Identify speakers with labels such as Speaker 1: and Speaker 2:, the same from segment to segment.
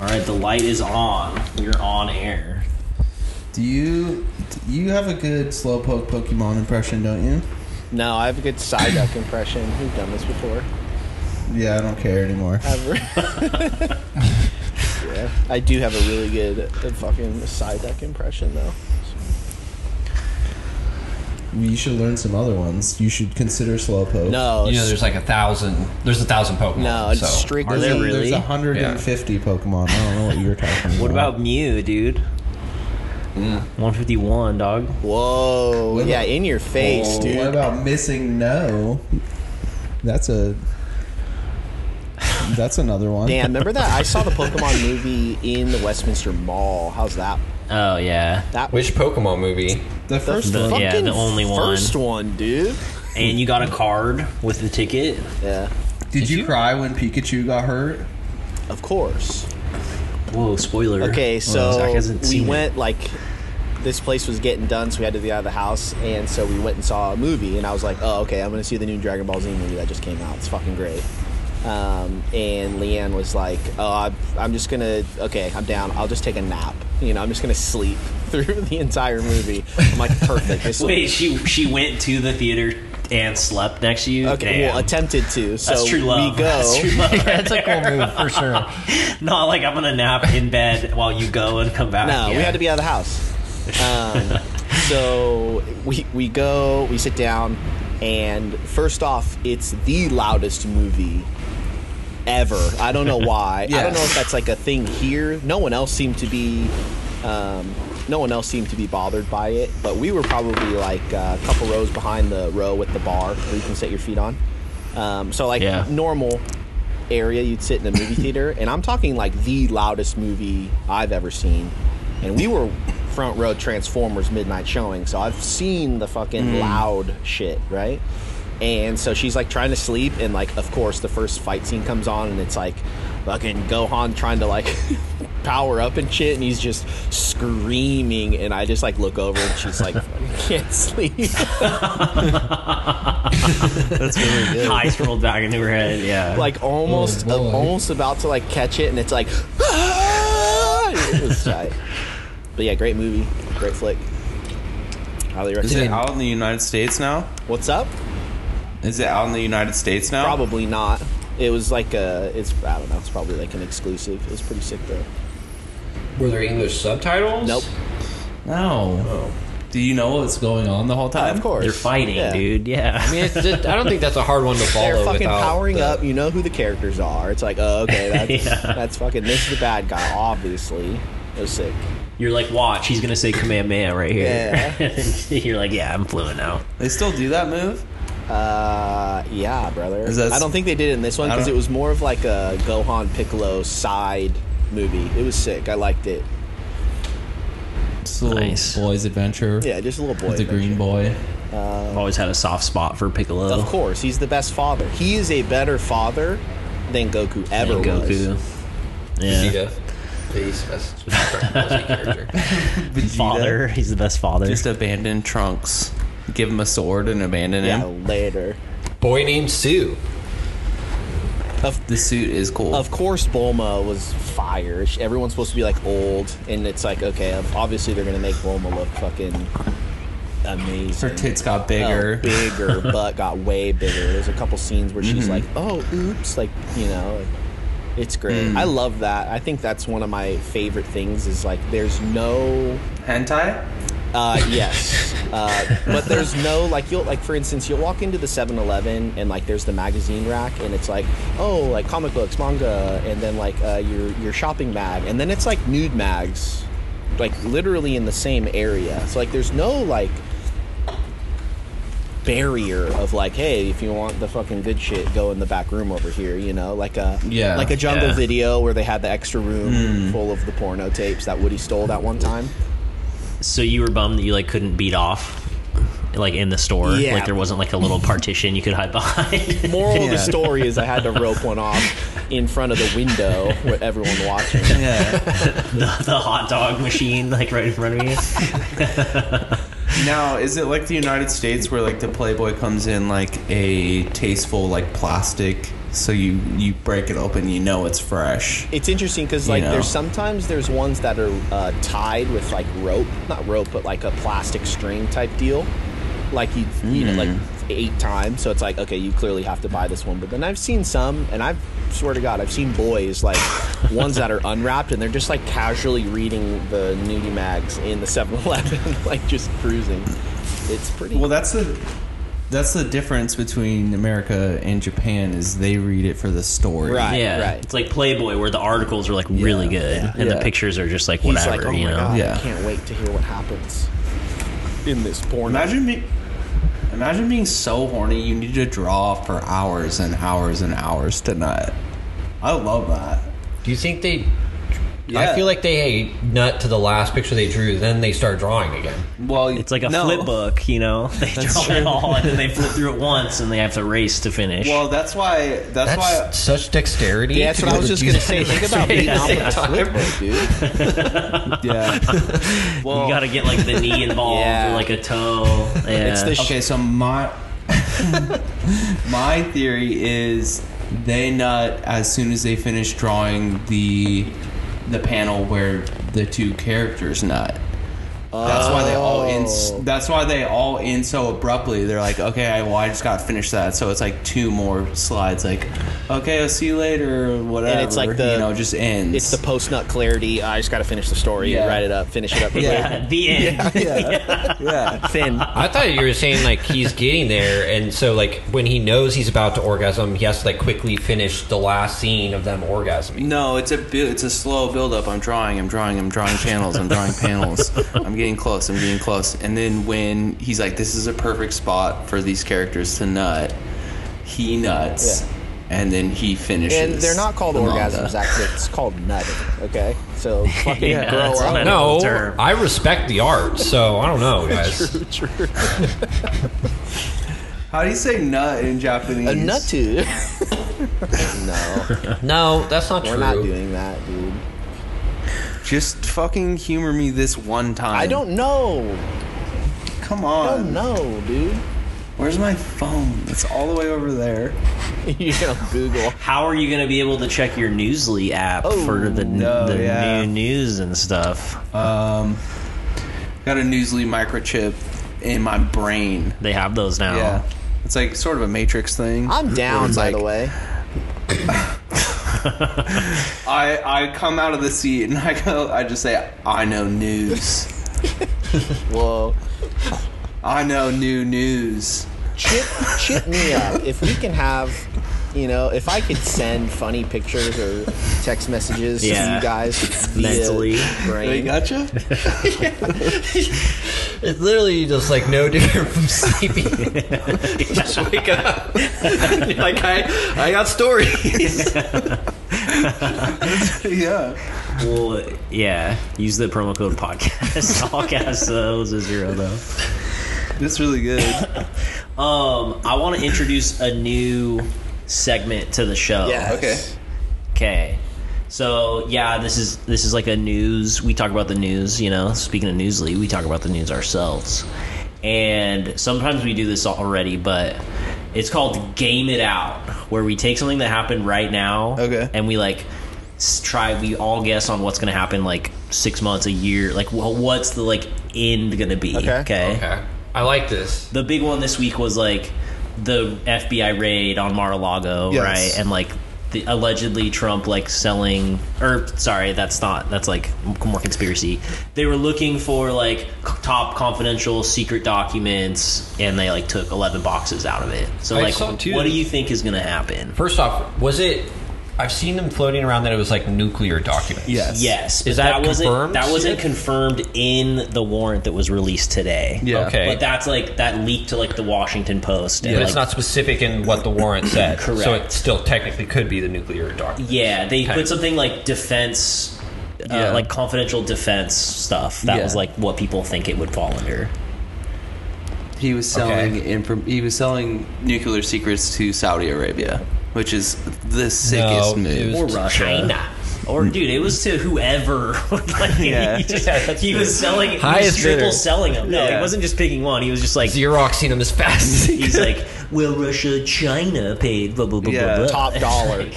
Speaker 1: All right, the light is on. You're on air.
Speaker 2: Do you do you have a good slowpoke Pokemon impression, don't you?
Speaker 3: No, I have a good Psyduck impression. We've done this before.
Speaker 2: Yeah, I don't care anymore.
Speaker 3: I, have a- yeah, I do have a really good uh, fucking Psyduck impression, though.
Speaker 2: You should learn some other ones. You should consider slowpoke.
Speaker 3: No,
Speaker 4: you know,
Speaker 3: s-
Speaker 4: there's like a thousand. There's a thousand Pokemon.
Speaker 3: No, it's
Speaker 4: so.
Speaker 3: strictly-
Speaker 2: There's,
Speaker 1: Are
Speaker 2: a,
Speaker 1: there
Speaker 2: there's
Speaker 1: really?
Speaker 2: 150 Pokemon. I don't know what you were talking about.
Speaker 1: What about Mew, dude? 151, dog.
Speaker 3: whoa,
Speaker 2: What
Speaker 3: yeah,
Speaker 2: about-
Speaker 3: in your face,
Speaker 2: Oh,
Speaker 3: dude.
Speaker 2: What about missing no? That's a that's another one.
Speaker 3: Damn, remember that? I saw the Pokemon movie in the Westminster Mall. How's that?
Speaker 1: Oh yeah,
Speaker 3: That
Speaker 4: Which Pokemon movie?
Speaker 2: The first
Speaker 1: The-
Speaker 2: one.
Speaker 1: yeah,
Speaker 3: fucking
Speaker 1: the only one.
Speaker 3: First one, dude.
Speaker 1: and you got a card with the ticket.
Speaker 3: Yeah,
Speaker 2: Did you cry when Pikachu got hurt?
Speaker 3: of course.
Speaker 1: Whoa, spoiler.
Speaker 3: Okay,
Speaker 1: Well,
Speaker 3: so
Speaker 1: Zach hasn't
Speaker 3: we
Speaker 1: seen it.
Speaker 3: went like this place was getting done, so we had to be out of the house, and so we went and saw a movie, and I was like, oh, okay, I'm gonna see the new Dragon Ball Z movie that just came out. It's fucking great. Um, and Leanne was like, oh, I, I'm just gonna, okay, I'm down. I'll just take a nap. You know, I'm just gonna sleep through the entire movie. I'm like, perfect. This will-
Speaker 1: Wait, she she went to the theater and slept next to you.
Speaker 3: Okay,
Speaker 1: Damn.
Speaker 3: well, attempted to. So
Speaker 1: That's true love.
Speaker 3: we go.
Speaker 1: That's true love.
Speaker 4: That's a cool move for sure.
Speaker 1: Not like I'm gonna nap in bed while you go and come back.
Speaker 3: No, we
Speaker 1: Yeah.
Speaker 3: had to be out of the house. Um, so we we go, we sit down, and first off, it's the loudest movie ever. I don't know why. I don't know if that's like a thing here. No one else seemed to be. Um, no one else seemed to be bothered by it, but we were probably like a couple rows behind the row with the bar where you can set your feet on. Um, so like
Speaker 1: Yeah.
Speaker 3: normal area you'd sit in a movie theater, and I'm talking like the loudest movie I've ever seen. And we were front row Transformers midnight showing, so I've seen the fucking loud shit, right? And so she's like trying to sleep, and like of course the first fight scene comes on, and it's like fucking Gohan trying to like power up and shit, and he's just screaming, and I just like look over, and she's like can't sleep.
Speaker 1: Eyes rolled back into her head. Yeah.
Speaker 3: like almost
Speaker 4: Oh, boy.
Speaker 3: almost about to like catch it and it's like "Ah!" It was tight. but yeah great movie great flick highly
Speaker 5: Is it
Speaker 3: recommend
Speaker 5: out in the United States now?
Speaker 3: what's up
Speaker 5: Is it out in the United States now?
Speaker 3: probably not it was like a it's i don't know it's probably like an exclusive it was pretty sick though
Speaker 4: Were there English subtitles?
Speaker 3: nope
Speaker 2: No.
Speaker 5: Oh. Do you know what's going on the whole time?
Speaker 3: of course
Speaker 1: They're fighting,
Speaker 3: Yeah.
Speaker 1: dude. Yeah.
Speaker 4: I mean, it's just, I don't think that's a hard one to follow.
Speaker 3: they're fucking
Speaker 4: without
Speaker 3: powering
Speaker 4: the-
Speaker 3: up you know who the characters are it's like oh okay that's
Speaker 1: Yeah.
Speaker 3: that's fucking this is the bad guy obviously it was sick
Speaker 1: You're like, watch, he's gonna say Kamehameha right here. You're like, yeah, I'm fluent now.
Speaker 5: They still do that move?
Speaker 3: Uh, yeah, brother.
Speaker 5: Is that-
Speaker 3: I don't think they did it in this one
Speaker 5: I
Speaker 3: because
Speaker 5: don't-
Speaker 3: it was more of like a Gohan Piccolo side movie. It was sick. I liked it.
Speaker 2: It's a little
Speaker 1: Nice.
Speaker 2: boy's adventure.
Speaker 3: Yeah, just a little boy.
Speaker 2: With the
Speaker 3: adventure.
Speaker 2: green boy.
Speaker 1: I've always had a soft spot for Piccolo.
Speaker 3: Of course, he's the best father. He is a better father than Goku ever
Speaker 1: And Goku.
Speaker 3: was.
Speaker 1: Yeah.
Speaker 4: Vegeta. Please, that's that's a character.
Speaker 1: Father. He's the best father.
Speaker 5: Just abandon Trunks. Give him a sword and abandon
Speaker 3: Yeah,
Speaker 5: him.
Speaker 3: later.
Speaker 4: Boy named Sue.
Speaker 5: The suit is cool.
Speaker 3: Of course, Bulma was fire. She- Everyone's supposed to be like old, and it's like okay, obviously they're gonna make Bulma look fucking amazing.
Speaker 5: Her tits got bigger.
Speaker 3: bigger, bigger butt got way bigger. There's a couple scenes where she's like, "Oh, oops," like you know, like, it's great. I love that. I think that's one of my favorite things. Is like, there's no,
Speaker 5: Hentai?
Speaker 3: uh, yes, uh, but there's no like you'll like for instance you'll walk into the 7-Eleven and like there's the magazine rack and it's like oh like comic books, manga, and then like uh, your your shopping mag, and then it's like nude mags, like literally in the same area. So like there's no like barrier of like, hey, if you want the fucking good shit, go in the back room over here. You know, like a
Speaker 2: Yeah,
Speaker 3: like a jungle
Speaker 1: yeah.
Speaker 3: video where they had the extra room full of the porno tapes that Woody stole that one time.
Speaker 1: So you were bummed that you like couldn't beat off like in the store.
Speaker 3: Yeah.
Speaker 1: Like there wasn't like a little partition you could hide behind.
Speaker 3: Moral of the story is I had to rope one off in front of the window with everyone watching.
Speaker 5: Yeah.
Speaker 1: the, the hot dog machine like right in front of you.
Speaker 5: now, is it like the United States where like the Playboy comes in like a tasteful like plastic So you you break it open, you know it's fresh.
Speaker 3: It's interesting because
Speaker 5: You
Speaker 3: like
Speaker 5: know.
Speaker 3: there's sometimes there's ones that are uh, tied with like rope, not rope, but like a plastic string type deal. Like you, you know, like eight times. So it's like okay, you clearly have to buy this one. But then I've seen some, and I swear to God, I've seen boys like ones that are unwrapped and they're just like casually reading the nudie mags in the 7-Eleven, like just cruising. It's pretty.
Speaker 5: Well,
Speaker 3: Well,
Speaker 5: that's the that's the difference between America and Japan is they read it for the story.
Speaker 3: Right.
Speaker 1: yeah,
Speaker 3: right.
Speaker 1: it's like Playboy where the articles are like really good and
Speaker 5: Yeah.
Speaker 1: the pictures are just like
Speaker 3: he's
Speaker 1: whatever,
Speaker 3: like, oh my
Speaker 1: you know.
Speaker 3: god,
Speaker 5: Yeah.
Speaker 3: I can't wait to hear what happens in this porn.
Speaker 5: Imagine being imagine being so horny you need to draw for hours and hours and hours to nut. I love that.
Speaker 4: Do you think they?
Speaker 5: Yeah.
Speaker 4: I feel like they nut to the last picture they drew, then they start drawing again.
Speaker 5: Well,
Speaker 1: It's like a
Speaker 5: no.
Speaker 1: flip book, you know. They draw it all and then they flip through it once and they have to race to finish.
Speaker 5: Well, that's why that's,
Speaker 4: That's
Speaker 5: why
Speaker 4: such dexterity.
Speaker 3: Yeah, that's
Speaker 4: to
Speaker 3: what
Speaker 4: be
Speaker 3: I was
Speaker 4: able
Speaker 3: just
Speaker 4: to
Speaker 3: gonna
Speaker 4: do
Speaker 3: say.
Speaker 4: that
Speaker 3: Think
Speaker 4: at the
Speaker 3: about
Speaker 4: same
Speaker 3: being off
Speaker 4: time.
Speaker 3: the flipbook, dude.
Speaker 5: yeah.
Speaker 1: you
Speaker 5: well,
Speaker 1: got to get like the knee involved
Speaker 3: Yeah.
Speaker 1: or like a toe.
Speaker 3: It's
Speaker 1: Yeah.
Speaker 3: the sh-
Speaker 5: okay, so my my theory is they nut as soon as they finish drawing the the panel where the two characters nut. That's why they all
Speaker 3: Oh.
Speaker 5: end. That's why they all end so abruptly. They're like, okay, I, well, I just got to finish that. So it's like two more slides. Like, okay, I'll see you later. or Whatever.
Speaker 3: it's like the-
Speaker 5: you know, just ends.
Speaker 3: It's the post nut clarity. I just got to finish the story,
Speaker 5: Yeah.
Speaker 3: write it up, finish it up.
Speaker 5: Yeah.
Speaker 1: yeah, the end.
Speaker 5: yeah, yeah.
Speaker 3: Thin.
Speaker 4: I thought you were saying like he's getting there, and so like when he knows he's about to orgasm, he has to like quickly finish the last scene of them orgasming.
Speaker 5: No, it's a bu- it's a slow build up. I'm drawing, I'm drawing, I'm drawing panels, I'm drawing panels. I'm getting close, I'm getting close. And then when he's like, "This is a perfect spot for these characters to nut," he nuts,
Speaker 3: Yeah.
Speaker 5: and then he finishes.
Speaker 3: And they're not called
Speaker 5: the
Speaker 3: orgasms,
Speaker 5: manga.
Speaker 3: actually. It's called nutting, okay? So fucking
Speaker 1: Yeah,
Speaker 3: grow
Speaker 1: that's
Speaker 3: up.
Speaker 1: not-
Speaker 4: No,
Speaker 1: Medical term.
Speaker 4: I respect the art, so I don't know, guys.
Speaker 5: How do you say nut in Japanese?
Speaker 3: A nut to. no,
Speaker 4: No, that's not
Speaker 3: we're
Speaker 4: true.
Speaker 3: not doing that, dude.
Speaker 5: Just fucking humor me this one time.
Speaker 3: I don't know.
Speaker 5: Come
Speaker 3: I
Speaker 5: on.
Speaker 3: don't know, dude.
Speaker 5: Where's my phone? It's all the way over there.
Speaker 3: You know, Google.
Speaker 1: How are you going to be able to check your Newsly app
Speaker 3: Oh,
Speaker 1: for the,
Speaker 5: no,
Speaker 1: the
Speaker 5: yeah.
Speaker 1: new news and stuff?
Speaker 5: Um, got a Newsly microchip in my brain.
Speaker 1: They have those now.
Speaker 5: Yeah. It's like sort of a matrix thing.
Speaker 3: I'm down,
Speaker 5: It's
Speaker 3: by
Speaker 5: like-
Speaker 3: the way.
Speaker 5: I I come out of the seat and I go I just say I know news.
Speaker 3: Whoa.
Speaker 5: I know new news.
Speaker 3: chip chip me up if we can have you know if i could send funny pictures or text messages to
Speaker 1: Yeah.
Speaker 3: you guys via
Speaker 1: Mentally.
Speaker 5: They
Speaker 3: brain.
Speaker 5: gotcha?
Speaker 4: It's literally just like no different from sleeping. You just wake up. like I, I got stories.
Speaker 5: yeah.
Speaker 1: Well, yeah. Use the promo code podcast. All cash those a zero though.
Speaker 5: That's really good.
Speaker 1: Um, I want to introduce a new segment to the show.
Speaker 3: yeah
Speaker 5: Okay.
Speaker 1: Okay. So yeah, this is this is like a news. We talk about the news, you know. Speaking of Newsly, we talk about the news ourselves, and sometimes we do this already, but it's called game it out, where we take something that happened right now,
Speaker 5: Okay.
Speaker 1: and we like s- try. We all guess on what's going to happen like six months, a year, like wh- what's the like end going to be?
Speaker 3: Okay.
Speaker 4: Okay, I like this.
Speaker 1: the big one this week was like the FBI raid on Mar-a-Lago,
Speaker 5: Yes.
Speaker 1: right? And like the allegedly Trump like selling or sorry, that's not that's like more conspiracy. They were looking for like c- top confidential secret documents and they like took 11 boxes out of it. So
Speaker 4: I
Speaker 1: like
Speaker 4: saw too-
Speaker 1: what do you think is going to happen?
Speaker 4: First off, was it? I've seen them floating around that it was like nuclear documents.
Speaker 5: Yes.
Speaker 1: Yes, but
Speaker 4: Is that
Speaker 1: wasn't
Speaker 4: confirmed
Speaker 1: that wasn't
Speaker 4: yet?
Speaker 1: confirmed in the warrant that was released today.
Speaker 5: Yeah.
Speaker 4: Okay.
Speaker 1: But that's like that leaked to like the Washington Post. and,
Speaker 4: But it's
Speaker 1: like,
Speaker 4: not specific in what the warrant said. So
Speaker 1: Correct.
Speaker 4: it still technically could be the nuclear document.
Speaker 1: Yeah, they
Speaker 4: Okay.
Speaker 1: put something like defense, uh,
Speaker 5: Yeah.
Speaker 1: like confidential defense stuff. That
Speaker 5: Yeah.
Speaker 1: was like what people think it would fall under.
Speaker 5: He was selling infor- he was selling nuclear secrets to Saudi Arabia, which is the sickest
Speaker 4: it
Speaker 5: move.
Speaker 4: was
Speaker 1: Or
Speaker 4: to
Speaker 1: Russia.
Speaker 4: China.
Speaker 1: Or dude, it was to whoever. like,
Speaker 5: Mm. Yeah.
Speaker 1: he, just-
Speaker 4: Yeah, that's
Speaker 1: he was selling. He was
Speaker 6: Highest
Speaker 1: triple
Speaker 6: bidder.
Speaker 1: selling them. No, he
Speaker 5: Yeah.
Speaker 1: wasn't just picking one. He was just like
Speaker 4: Xeroxing them as fast as he
Speaker 1: he's
Speaker 4: could.
Speaker 1: like, well, Russia, China paid blah blah blah
Speaker 5: Yeah, Mm.
Speaker 1: blah blah.
Speaker 3: top dollar.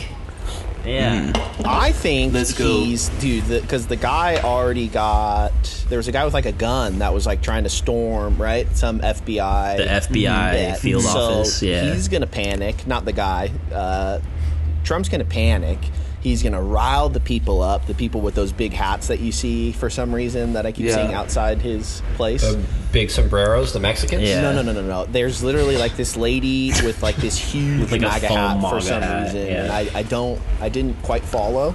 Speaker 1: Like, yeah,
Speaker 3: I think
Speaker 5: Let's go.
Speaker 3: he's dude because the, guy already got there was a guy with like a gun that was like trying to storm right some FBI
Speaker 1: the FBI
Speaker 3: Yeah,
Speaker 1: field
Speaker 3: so
Speaker 1: office. Yeah,
Speaker 3: he's gonna panic. Not the guy. Uh, Trump's gonna panic. He's gonna rile the people up. The people with those big hats that you see for some reason that I keep
Speaker 5: Yeah.
Speaker 3: seeing outside his place.
Speaker 4: The big sombreros, the Mexicans.
Speaker 1: Yeah.
Speaker 3: No, no, no, no, no. There's literally like this lady with like this huge
Speaker 1: like, a
Speaker 3: MAGA
Speaker 1: foam
Speaker 3: hat for
Speaker 1: MAGA
Speaker 3: some
Speaker 1: hat,
Speaker 3: reason.
Speaker 1: yeah.
Speaker 3: And I, I don't, I didn't quite follow.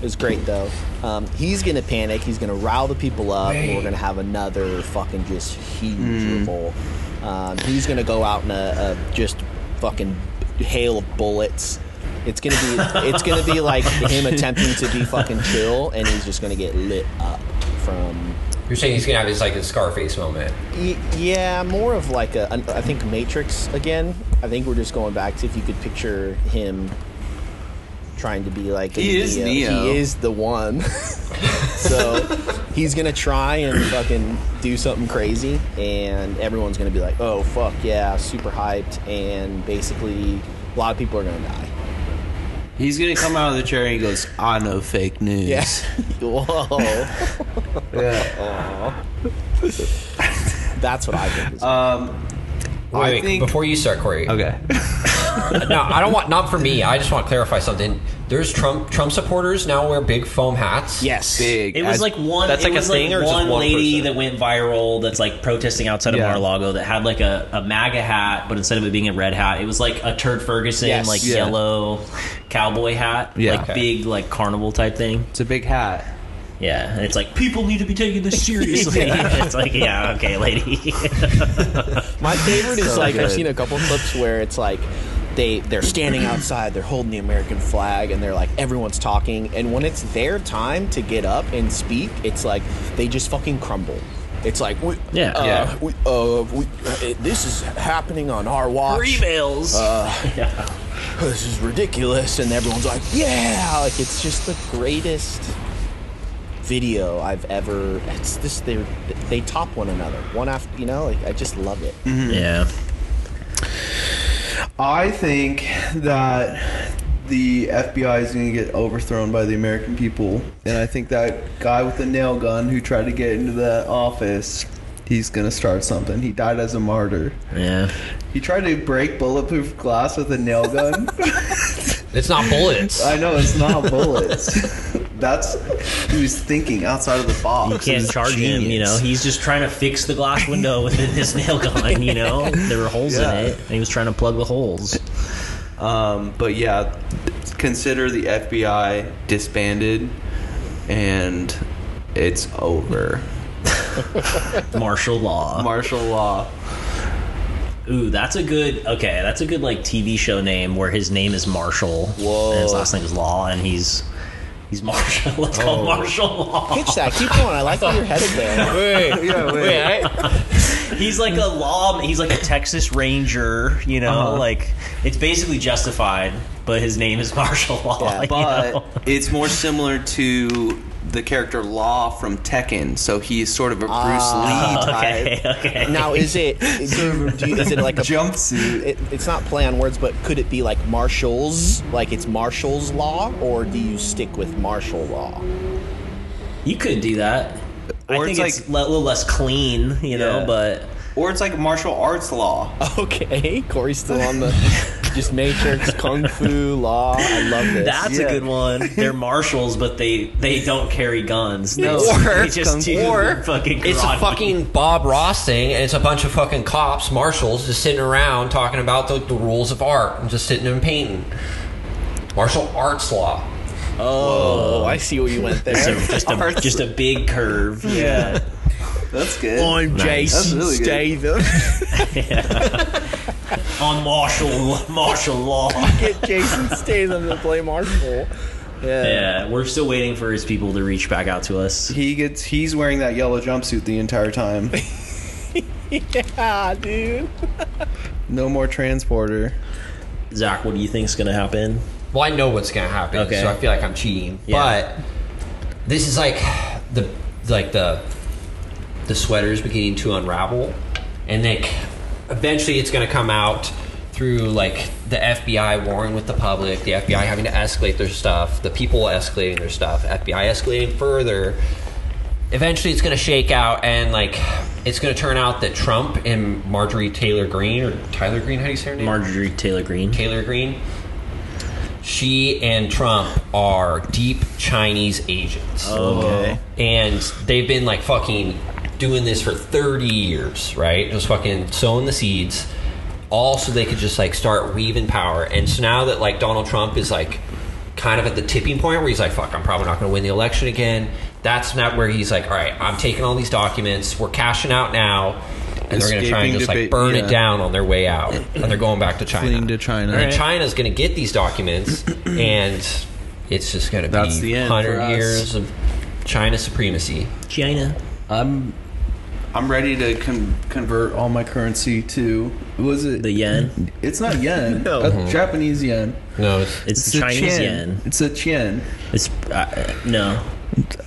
Speaker 3: It was great though. Um, he's gonna panic. He's gonna rile the people up. And we're gonna have another fucking just huge
Speaker 1: Mm.
Speaker 3: revolt. Um, he's gonna go out in a, a just fucking hail of bullets. It's gonna be, it's gonna be like him attempting to be fucking chill, and he's just gonna get lit up from
Speaker 4: You're saying he's gonna have his like his Scarface moment.
Speaker 3: Y- Yeah, more of like a, an- I think Matrix again. I think we're just going back to if you could picture him trying to be like a
Speaker 5: He is Neo.
Speaker 3: He is the one. so he's gonna try and fucking do something crazy, and everyone's gonna be like, "Oh fuck yeah!" Super hyped, and basically a lot of people are gonna die.
Speaker 5: He's gonna come out of the chair and he goes, "I know fake news."
Speaker 3: Whoa. That's what I think. Is
Speaker 5: Uh,
Speaker 4: Wait,
Speaker 5: I
Speaker 4: wait,
Speaker 5: think-
Speaker 4: before you start, Corey. Uh,
Speaker 5: Okay.
Speaker 4: no, I don't want. Not for me. I just want to clarify something. There's Trump. Trump supporters now wear big foam hats.
Speaker 3: yes.
Speaker 5: Big.
Speaker 1: it was
Speaker 5: I-
Speaker 1: like one.
Speaker 6: That's
Speaker 1: it
Speaker 6: like a
Speaker 1: was like
Speaker 6: thing or just
Speaker 1: one,
Speaker 6: one
Speaker 1: lady
Speaker 6: person?
Speaker 1: that went viral. That's like protesting outside of
Speaker 5: Yeah.
Speaker 1: Mar-a-Lago that had like a, a MAGA hat, but instead of it being a red hat, it was like a Turd Ferguson
Speaker 3: Yes.
Speaker 1: like
Speaker 5: Yeah.
Speaker 1: yellow cowboy hat,
Speaker 5: Yeah.
Speaker 1: like
Speaker 5: Okay.
Speaker 1: big like carnival type thing.
Speaker 5: it's a big hat.
Speaker 1: Yeah, and it's like people need to be taking this seriously. it's like yeah, okay, lady.
Speaker 3: My favorite is
Speaker 5: So
Speaker 3: like I've
Speaker 5: good.
Speaker 3: seen a couple clips where it's like they they're standing outside, they're holding the American flag, and they're like everyone's talking, and when it's their time to get up and speak, it's like they just fucking crumble. It's like we,
Speaker 1: Yeah.
Speaker 3: uh,
Speaker 5: Yeah.
Speaker 3: we, uh, we, uh, this is happening on our watch.
Speaker 1: emails. yeah.
Speaker 3: This is ridiculous, and everyone's like, yeah, like it's just the greatest video I've ever. It's this they they top one another, one after you know. Like I just love it.
Speaker 1: yeah.
Speaker 2: I think that the FBI is going to get overthrown by the American people, and I think that guy with the nail gun who tried to get into the office, he's going to start something. He died as a martyr.
Speaker 1: Yeah.
Speaker 2: He tried to break bulletproof glass with a nail gun.
Speaker 4: It's not bullets.
Speaker 2: I know it's not bullets. That's he was thinking outside of the box.
Speaker 1: You can't
Speaker 2: He's
Speaker 1: charge him, you know.
Speaker 2: genius.
Speaker 1: He's just trying to fix the glass window with his nail gun, you know. There were holes
Speaker 5: Yeah.
Speaker 1: in it, and he was trying to plug the holes.
Speaker 5: Um, but yeah, consider the FBI disbanded, and it's over.
Speaker 1: Martial law.
Speaker 5: Martial law.
Speaker 1: Ooh, that's a good. Okay, that's a good like TV show name where his name is Marshall and his last name is Law, and he's he's Marshall. Let's call
Speaker 5: Oh.
Speaker 1: him Marshall Law.
Speaker 3: Pitch that. Keep going. I like where you're headed there.
Speaker 4: Wait, wait, I-
Speaker 1: He's like a law. He's like a Texas Ranger. You know,
Speaker 5: Uh-huh.
Speaker 1: like it's basically justified, but his name is Marshall Law.
Speaker 3: Yeah,
Speaker 1: you know?
Speaker 5: But it's more similar to the character Law from Tekken. So he's sort of a Bruce
Speaker 3: Ah.
Speaker 5: Lee type.
Speaker 1: okay, okay.
Speaker 3: Now, is it? Do, do, is it like a
Speaker 2: jumpsuit.
Speaker 3: It, it's not play on words, but could it be like Marshall's, like it's Marshall's law, or do you stick with martial law?
Speaker 1: You could do that. I
Speaker 5: Or
Speaker 1: think
Speaker 5: it's
Speaker 1: it's, le-
Speaker 5: like-
Speaker 1: a little less clean, you know,
Speaker 5: Yeah.
Speaker 1: but
Speaker 5: Or it's like martial arts law.
Speaker 3: Okay, Corey's still on the just Matrix Kung Fu law. I love this.
Speaker 1: that's a
Speaker 5: Yeah.
Speaker 1: good one. They're marshals, but they they don't carry guns. No,
Speaker 4: Or-
Speaker 1: they just do
Speaker 4: or
Speaker 1: fucking
Speaker 4: it's a
Speaker 1: karate.
Speaker 4: fucking Bob Ross thing, and it's a bunch of fucking cops, marshals, just sitting around talking about the, the rules of art and just sitting and painting. Martial arts law.
Speaker 3: oh, I see where you went there.
Speaker 1: just a just a big curve. Yeah,
Speaker 5: That's good.
Speaker 3: I'm Jason
Speaker 5: really good.
Speaker 3: Statham.
Speaker 1: on martial martial law.
Speaker 3: Get Jason Statham to play martial. Yeah.
Speaker 1: Yeah, we're still waiting for his people to reach back out to us.
Speaker 2: He gets he's wearing that yellow jumpsuit the entire time.
Speaker 3: yeah, Ah, dude.
Speaker 2: No more transporter.
Speaker 1: Zach, what do you think's gonna happen?
Speaker 4: Well, I know what's gonna happen,
Speaker 1: Okay.
Speaker 4: so I feel like I'm cheating.
Speaker 1: Yeah.
Speaker 4: But this is like the like the the sweater's beginning to unravel, and like eventually it's gonna come out through like the FBI warring with the public, the FBI having to escalate their stuff, the people escalating their stuff, FBI escalating further. Eventually, it's going to shake out, and like it's going to turn out that Trump and Marjorie Taylor Greene or Tyler Green, how do you say her name?
Speaker 1: Marjorie Taylor Greene.
Speaker 4: Taylor Green. She and Trump are deep Chinese agents.
Speaker 1: Okay.
Speaker 4: And they've been like fucking doing this for 30 years, right? Just fucking sowing the seeds. All so they could just like start weaving power. And so now that like Donald Trump is like kind of at the tipping point where he's like, fuck, I'm probably not going to win the election again. That's not where he's like, all right, I'm taking all these documents. We're cashing out now. And they're going to try and
Speaker 5: Escaping
Speaker 4: just
Speaker 5: debate-
Speaker 4: like burn
Speaker 5: yeah.
Speaker 4: it down on their way out. And they're going back to China.
Speaker 5: Fleeing to China.
Speaker 4: And then
Speaker 5: Right.
Speaker 4: China's going to get these documents, and it's just going to be
Speaker 5: That's the end for
Speaker 4: hundred
Speaker 5: us.
Speaker 4: years of China supremacy.
Speaker 1: China.
Speaker 5: I'm I'm ready to con- convert all my currency to was it
Speaker 1: The yen.
Speaker 5: It's not yen.
Speaker 1: No.
Speaker 5: That's Japanese yen.
Speaker 4: No, it's,
Speaker 1: It's, the
Speaker 5: a
Speaker 1: Chinese
Speaker 5: chen.
Speaker 1: yen.
Speaker 5: It's a chen.
Speaker 1: It's uh, no,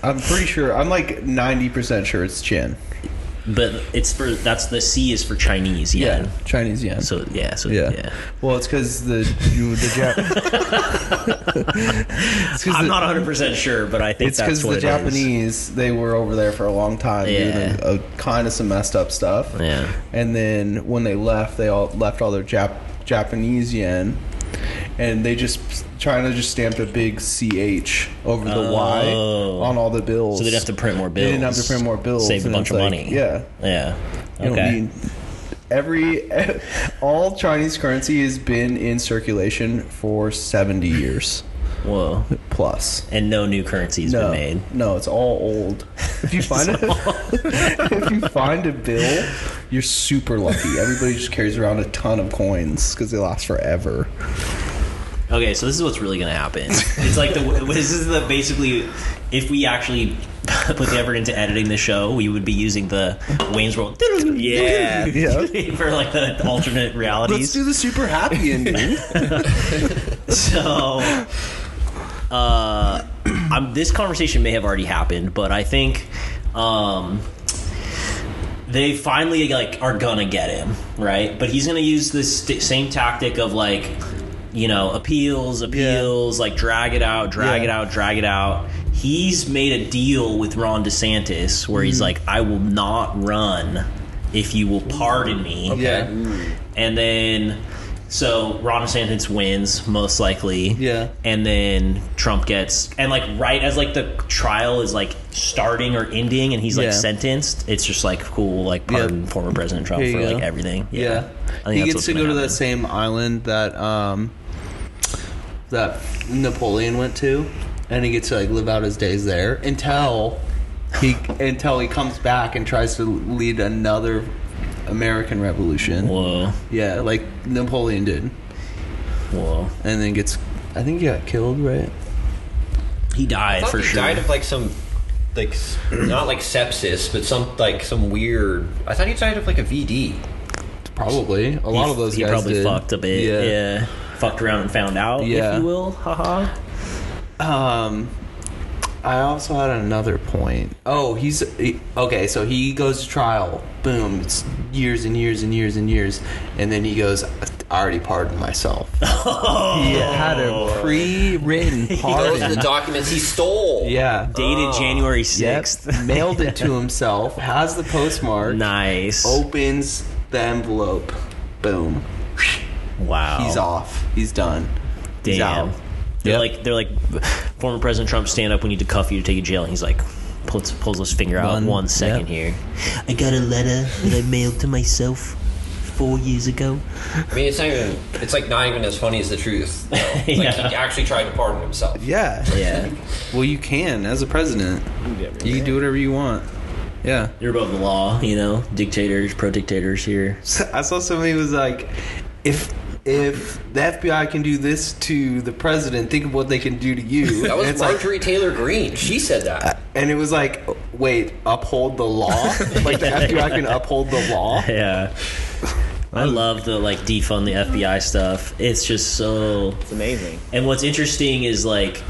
Speaker 5: I'm pretty sure. I'm like 90% sure it's chen.
Speaker 1: but it's for that's the C is for Chinese yen.
Speaker 5: Chinese yen.
Speaker 1: So yeah, so
Speaker 5: yeah.
Speaker 1: yeah.
Speaker 5: Well, it's because the you, the Jap- it's 'cause
Speaker 1: I'm
Speaker 5: the-
Speaker 1: not 100 percent sure, but I think
Speaker 5: It's
Speaker 1: that's
Speaker 5: because
Speaker 1: what
Speaker 5: the
Speaker 1: it is.
Speaker 5: Japanese they were over there for a long time
Speaker 1: Yeah.
Speaker 5: doing a, kind of some messed up stuff.
Speaker 1: Yeah.
Speaker 5: And then when they left, they all left all their Jap- Japanese yen, and they just China just stamped a big CH over the Y
Speaker 1: Oh.
Speaker 5: on all the bills.
Speaker 1: So they'd have to print more bills.
Speaker 5: They didn't have to print more bills.
Speaker 1: Save a
Speaker 5: and
Speaker 1: bunch
Speaker 5: it's
Speaker 1: of
Speaker 5: like,
Speaker 1: money.
Speaker 5: Yeah.
Speaker 1: Yeah.
Speaker 5: You
Speaker 1: okay.
Speaker 5: don't need every all Chinese currency has been in circulation for 70 years
Speaker 1: Whoa.
Speaker 5: plus.
Speaker 1: And no new currency's been
Speaker 5: No,
Speaker 1: made.
Speaker 5: no, it's all old. If you find a, if you find a bill, you're super lucky. Everybody just carries around a ton of coins because they last forever.
Speaker 1: Okay, so this is what's really going to happen. It's like the this is the basically if we actually put the effort into editing the show, we would be using the Wayne's World. Yeah.
Speaker 5: Yeah.
Speaker 1: For like the alternate realities.
Speaker 5: Let's do the super happy ending.
Speaker 1: so uh, I'm, this conversation may have already happened but i think um, they finally like are gonna get him right but he's gonna use this st- same tactic of like you know appeals appeals like drag it out drag it
Speaker 5: Yeah.
Speaker 1: out drag it out he's made a deal with ron desantis where
Speaker 5: Mm.
Speaker 1: he's like i will not run if you will pardon me
Speaker 5: Yeah.
Speaker 1: and then, so Ron DeSantis wins most likely.
Speaker 5: Yeah.
Speaker 1: And then Trump gets and like right as like the trial is like starting or ending, and he's like
Speaker 5: Yeah.
Speaker 1: sentenced. It's just like cool, like
Speaker 5: Yeah.
Speaker 1: pardon former President Trump
Speaker 5: Here
Speaker 1: for
Speaker 5: you
Speaker 1: like
Speaker 5: go.
Speaker 1: everything. Yeah. I
Speaker 5: Yeah,
Speaker 1: think
Speaker 5: he
Speaker 1: that's
Speaker 5: gets
Speaker 1: what's
Speaker 5: to go
Speaker 1: gonna
Speaker 5: to that
Speaker 1: happen.
Speaker 5: same island that um, that Napoleon went to, and he gets to like live out his days there until he until he comes back and tries to lead another American Revolution.
Speaker 1: Whoa,
Speaker 5: Yeah, like Napoleon did,
Speaker 1: whoa.
Speaker 5: and then gets I think he got killed, right?
Speaker 1: He died
Speaker 4: thought
Speaker 1: for
Speaker 4: he
Speaker 1: sure.
Speaker 4: died of like some like s- not like sepsis, but some like some weird. I thought he died of like a VD.
Speaker 5: Probably a lot
Speaker 1: he,
Speaker 5: of those
Speaker 1: he
Speaker 5: guys
Speaker 1: probably
Speaker 5: did.
Speaker 1: fucked a bit. Yeah. Fucked around and found out,
Speaker 5: Yeah.
Speaker 1: if you will. Haha.
Speaker 5: Um, I also had another point. Oh, he's he, okay. So he goes to trial. Boom! It's years and years and years and years, and then he goes. I already pardoned myself. He had a pre-written
Speaker 4: Those are the
Speaker 5: pardon.
Speaker 4: documents he stole.
Speaker 5: yeah.
Speaker 1: Dated January
Speaker 5: Oh. Yep.
Speaker 1: sixth.
Speaker 5: Mailed it to himself. Has the postmark.
Speaker 1: nice.
Speaker 5: Oh, Opens the envelope. Boom.
Speaker 1: wow.
Speaker 5: He's off. He's done. He's
Speaker 1: Damn.
Speaker 5: out.
Speaker 1: They're
Speaker 5: Yep.
Speaker 1: like they're like former President Trump stand up. We need to cuff you to take you to jail. And he's like pulls, pulls his finger out
Speaker 5: One-
Speaker 1: one second here. I got a letter that I mailed to myself four years ago.
Speaker 4: I mean, it's not even. It's like not even as funny as the truth. though. Like
Speaker 1: Yeah.
Speaker 4: he actually tried to pardon himself.
Speaker 5: Yeah.
Speaker 1: Yeah,
Speaker 5: Well, you can as a president. You can do whatever you want. Yeah.
Speaker 1: you're above the law. You know, dictators, pro dictators here.
Speaker 5: I saw somebody was like, if if the FBI can do this to the president, think of what they can do to you.
Speaker 4: That was
Speaker 5: and, it's like-
Speaker 4: Marjorie Taylor Green. She said that.
Speaker 5: and it was like, wait, uphold the law? like the FBI can uphold the law?
Speaker 1: Yeah, I love the like defund the FBI stuff. It's just so
Speaker 3: It's amazing.
Speaker 1: And what's interesting is like,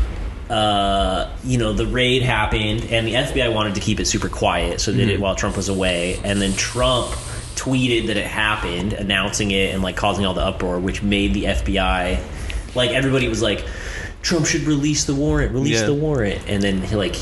Speaker 1: uh, you know, the raid happened, and the FBI wanted to keep it super quiet, so they did it while Trump was away, and then Trump tweeted that it happened, announcing it and like causing all the uproar, which made the FBI, like everybody was like, Trump should release the warrant, release
Speaker 5: Yeah.
Speaker 1: the warrant, and then he, like.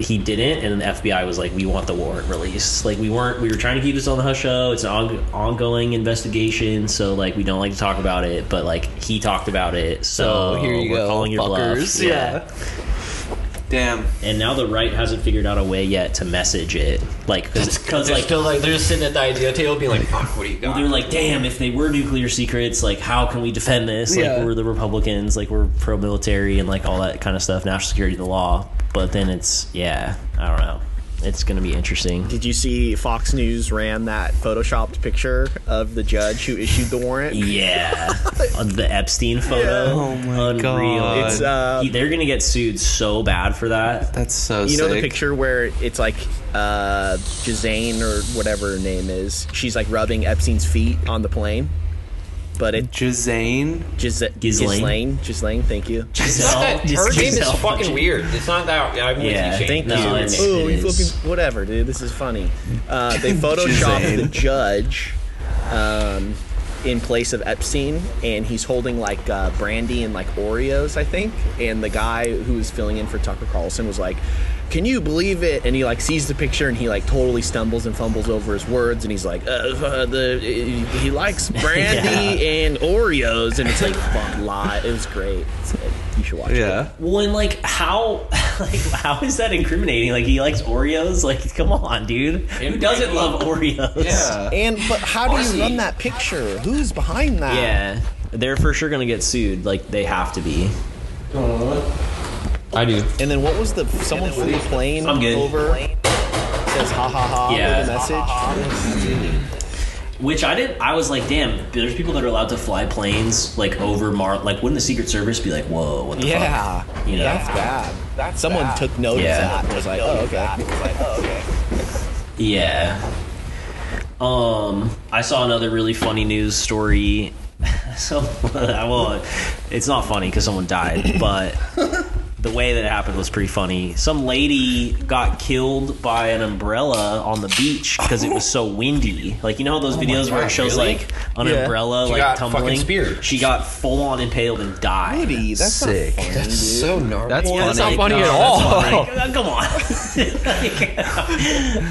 Speaker 1: He didn't, and then the FBI was like, "We want the warrant released. Like, we weren't. We were trying to keep this on the hush show. It's an on- ongoing investigation, so like, we don't like to talk about it. But like, he talked about it, so
Speaker 5: So Oh, here you
Speaker 1: we're
Speaker 5: go,
Speaker 1: calling your
Speaker 5: fuckers.
Speaker 1: bluff.
Speaker 5: Yeah. Damn.
Speaker 1: And now the right hasn't figured out a way yet to message it, like because
Speaker 4: They're
Speaker 1: like
Speaker 4: still like they're just sitting at the idea table, being like, "Fuck, what do you got?"
Speaker 1: they're like, damn, if they were nuclear secrets, like how can we defend this? Like
Speaker 2: Yeah.
Speaker 1: we're the Republicans, like we're pro military and like all that kind of stuff, national security, the law. But then it's yeah, I don't know. It's gonna be interesting.
Speaker 3: Did you see Fox News ran that photoshopped picture of the judge who issued the warrant?
Speaker 1: Yeah, the Epstein photo.
Speaker 3: Yeah.
Speaker 5: Oh my
Speaker 1: Unreal.
Speaker 5: God.
Speaker 3: It's uh,
Speaker 1: He- they're gonna get sued so bad for that.
Speaker 5: That's so
Speaker 3: you
Speaker 5: sick.
Speaker 3: know the picture where it's like uh Jazane or whatever her name is. She's like rubbing Epstein's feet on the plane. But it
Speaker 5: Jazane?
Speaker 3: Giz-
Speaker 1: Ghislaine.
Speaker 3: Ghislaine. Ghislaine, thank you.
Speaker 1: Giselle-
Speaker 4: Her name is
Speaker 1: Giselle
Speaker 4: fucking
Speaker 1: Bundchen.
Speaker 4: weird. It's not that. I'm
Speaker 1: Yeah,
Speaker 4: with you, Shane.
Speaker 1: thank No, you. it's-
Speaker 3: Ooh,
Speaker 1: it
Speaker 3: you
Speaker 1: is.
Speaker 3: flipping whatever, dude. This is funny. Uh, they photoshopped the
Speaker 5: Ghislaine.
Speaker 3: judge um, in place of Epstein, and he's holding like uh, brandy and like Oreos, I think. And the guy who was filling in for Tucker Carlson was like, "Can you believe it?" And he like sees the picture, and he like totally stumbles and fumbles over his words, and he's like, uh, uh, "The he likes brandy and Oreos," and it's like, "Fuck, lie." It was great. It's- uh, you should watch it.
Speaker 5: Yeah.
Speaker 1: Well, and like how, like how is that incriminating? Like he likes Oreos. Like come on, dude. Who doesn't love Oreos?
Speaker 5: Yeah.
Speaker 3: And but how do
Speaker 5: Honestly-
Speaker 3: you run that picture? Who's behind that?
Speaker 1: Yeah, they're for sure gonna get sued. Like they have to be.
Speaker 4: I do.
Speaker 3: And then what was the someone flew the plane
Speaker 1: I'm good.
Speaker 3: over? Says ha ha ha
Speaker 1: Yeah.
Speaker 3: with a message.
Speaker 1: Which I didn't. I was like, damn. There's people that are allowed to fly planes like over Mar. Like wouldn't the Secret Service be like, whoa, what the fuck?
Speaker 3: yeah,
Speaker 1: You know.
Speaker 3: that's bad. someone took notice
Speaker 1: Yeah.
Speaker 3: of that and was like, oh okay.
Speaker 1: Yeah. Um, I saw another really funny news story. so, well, it's not funny because someone died, but the way that it happened was pretty funny. Some lady got killed by an umbrella on the beach because it was so windy. Like you know how those videos where it
Speaker 4: Oh God,
Speaker 1: shows
Speaker 4: really?
Speaker 1: like an
Speaker 3: Yeah.
Speaker 1: umbrella
Speaker 4: She
Speaker 1: like
Speaker 4: got fucking
Speaker 1: tumbling.
Speaker 4: speared.
Speaker 1: She got full on impaled and died.
Speaker 3: Maybe that's
Speaker 2: Sick.
Speaker 3: Not funny,
Speaker 4: That's
Speaker 3: dude.
Speaker 4: so gnarly.
Speaker 2: That's
Speaker 1: Yeah,
Speaker 2: funny.
Speaker 1: that's
Speaker 4: not funny
Speaker 1: no,
Speaker 4: at
Speaker 1: that's
Speaker 4: all.
Speaker 1: funny. Uh, Come on, Like,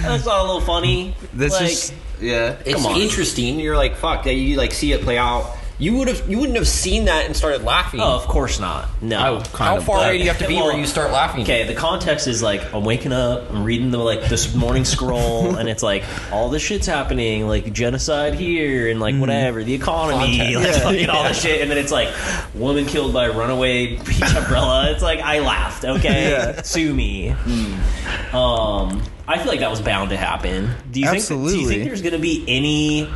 Speaker 1: that's not a little funny.
Speaker 2: That's
Speaker 1: like,
Speaker 2: just
Speaker 5: Yeah.
Speaker 4: It's
Speaker 1: Come on.
Speaker 4: interesting. You're like, fuck. That you like see it play out. You would have. You wouldn't have seen that and started laughing.
Speaker 1: Oh, of course not. No.
Speaker 4: How far away do you have to be
Speaker 1: Well,
Speaker 4: where you start laughing?
Speaker 1: Okay, the context is like I'm waking up, I'm reading the like this morning scroll, and it's like all this shit's happening, like genocide here, and like whatever, the economy, like fucking all this shit, and then it's like woman killed by runaway beach umbrella. It's like I laughed. Okay, sue me. Um, I feel like that was bound to happen. Do you think? Do you
Speaker 2: Absolutely.
Speaker 1: think there's gonna be any?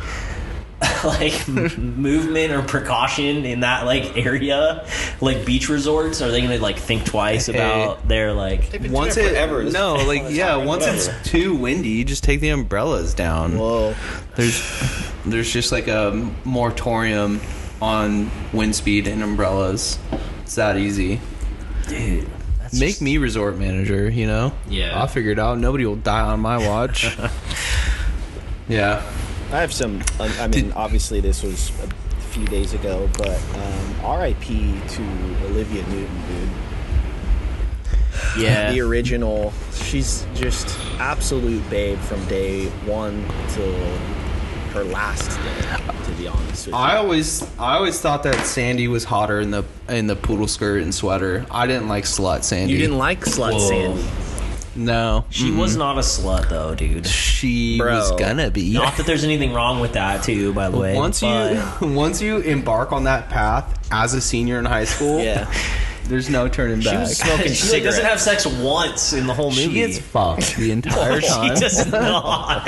Speaker 1: like m- movement or precaution in that like area like beach resorts are they gonna like think twice about their like
Speaker 2: once it
Speaker 4: forever. This
Speaker 5: No, like yeah, once it's too windy, you just take the umbrellas down.
Speaker 3: Whoa.
Speaker 5: There's there's just like a moratorium on wind speed and umbrellas. It's that easy.
Speaker 1: dude that's
Speaker 5: Make
Speaker 1: just-
Speaker 5: me resort manager, you know?
Speaker 1: Yeah.
Speaker 5: I'll figure it out. Nobody will die on my watch. yeah.
Speaker 3: I have some. I I mean, obviously this was a few days ago, but um, R.I.P. to Olivia Newton, dude.
Speaker 1: yeah
Speaker 3: the original. She's just absolute babe from day one till her last day. To be honest with you,
Speaker 5: I always I always thought that Sandy was hotter in the in the poodle skirt and sweater. I didn't like slut Sandy.
Speaker 3: you didn't like slut
Speaker 1: Whoa.
Speaker 3: Sandy.
Speaker 5: No.
Speaker 1: she was not a slut though dude
Speaker 5: she
Speaker 3: Bro.
Speaker 5: was gonna be.
Speaker 1: not that there's anything wrong with that too by the way
Speaker 5: once
Speaker 1: but-
Speaker 5: you once you embark on that path as a senior in high school,
Speaker 3: Yeah,
Speaker 5: there's no turning back.
Speaker 3: she was smoking
Speaker 1: she like,
Speaker 3: cigarettes.
Speaker 1: doesn't have sex once in the whole movie
Speaker 5: She gets fucked the entire
Speaker 1: she
Speaker 5: time.
Speaker 1: does not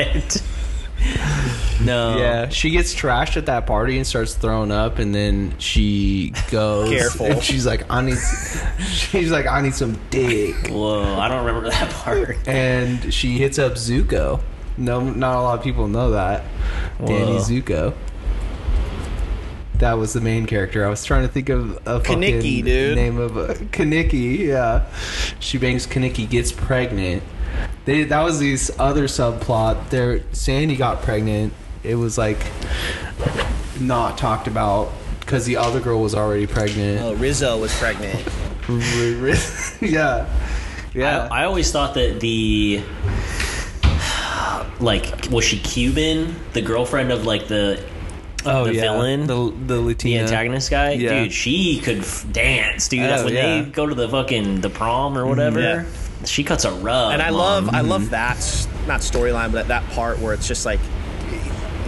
Speaker 1: no
Speaker 5: yeah, she gets trashed at that party and starts throwing up, and then she goes.
Speaker 3: Careful.
Speaker 5: And she's like, I need. She's like, I need some dick,
Speaker 1: whoa i don't remember that part
Speaker 5: and she hits up Zuko. No, not a lot of people know that. Danny
Speaker 1: Whoa.
Speaker 5: Zuko. That was the main character. I was trying to think of a fucking
Speaker 3: Kaneki, dude.
Speaker 5: name of a Kaneki. Yeah, she bangs Kaneki, gets pregnant. They that was this other subplot. There, Sandy got pregnant. It was like not talked about because the other girl was already pregnant.
Speaker 3: Oh, Rizzo was pregnant.
Speaker 5: yeah, yeah.
Speaker 1: Oh. I, I always thought that the like was she Cuban, the girlfriend of like the
Speaker 5: oh
Speaker 1: the
Speaker 5: yeah.
Speaker 1: villain?
Speaker 5: the the
Speaker 1: the
Speaker 5: Latina
Speaker 1: antagonist guy,
Speaker 5: Yeah.
Speaker 1: dude, she could f- dance, dude. That's
Speaker 5: Oh,
Speaker 1: when
Speaker 5: yeah.
Speaker 1: they go to the fucking the prom or whatever.
Speaker 3: yeah.
Speaker 1: She cuts a rug,
Speaker 3: and I
Speaker 1: mom.
Speaker 3: love I love that s- not storyline, but that part where it's just like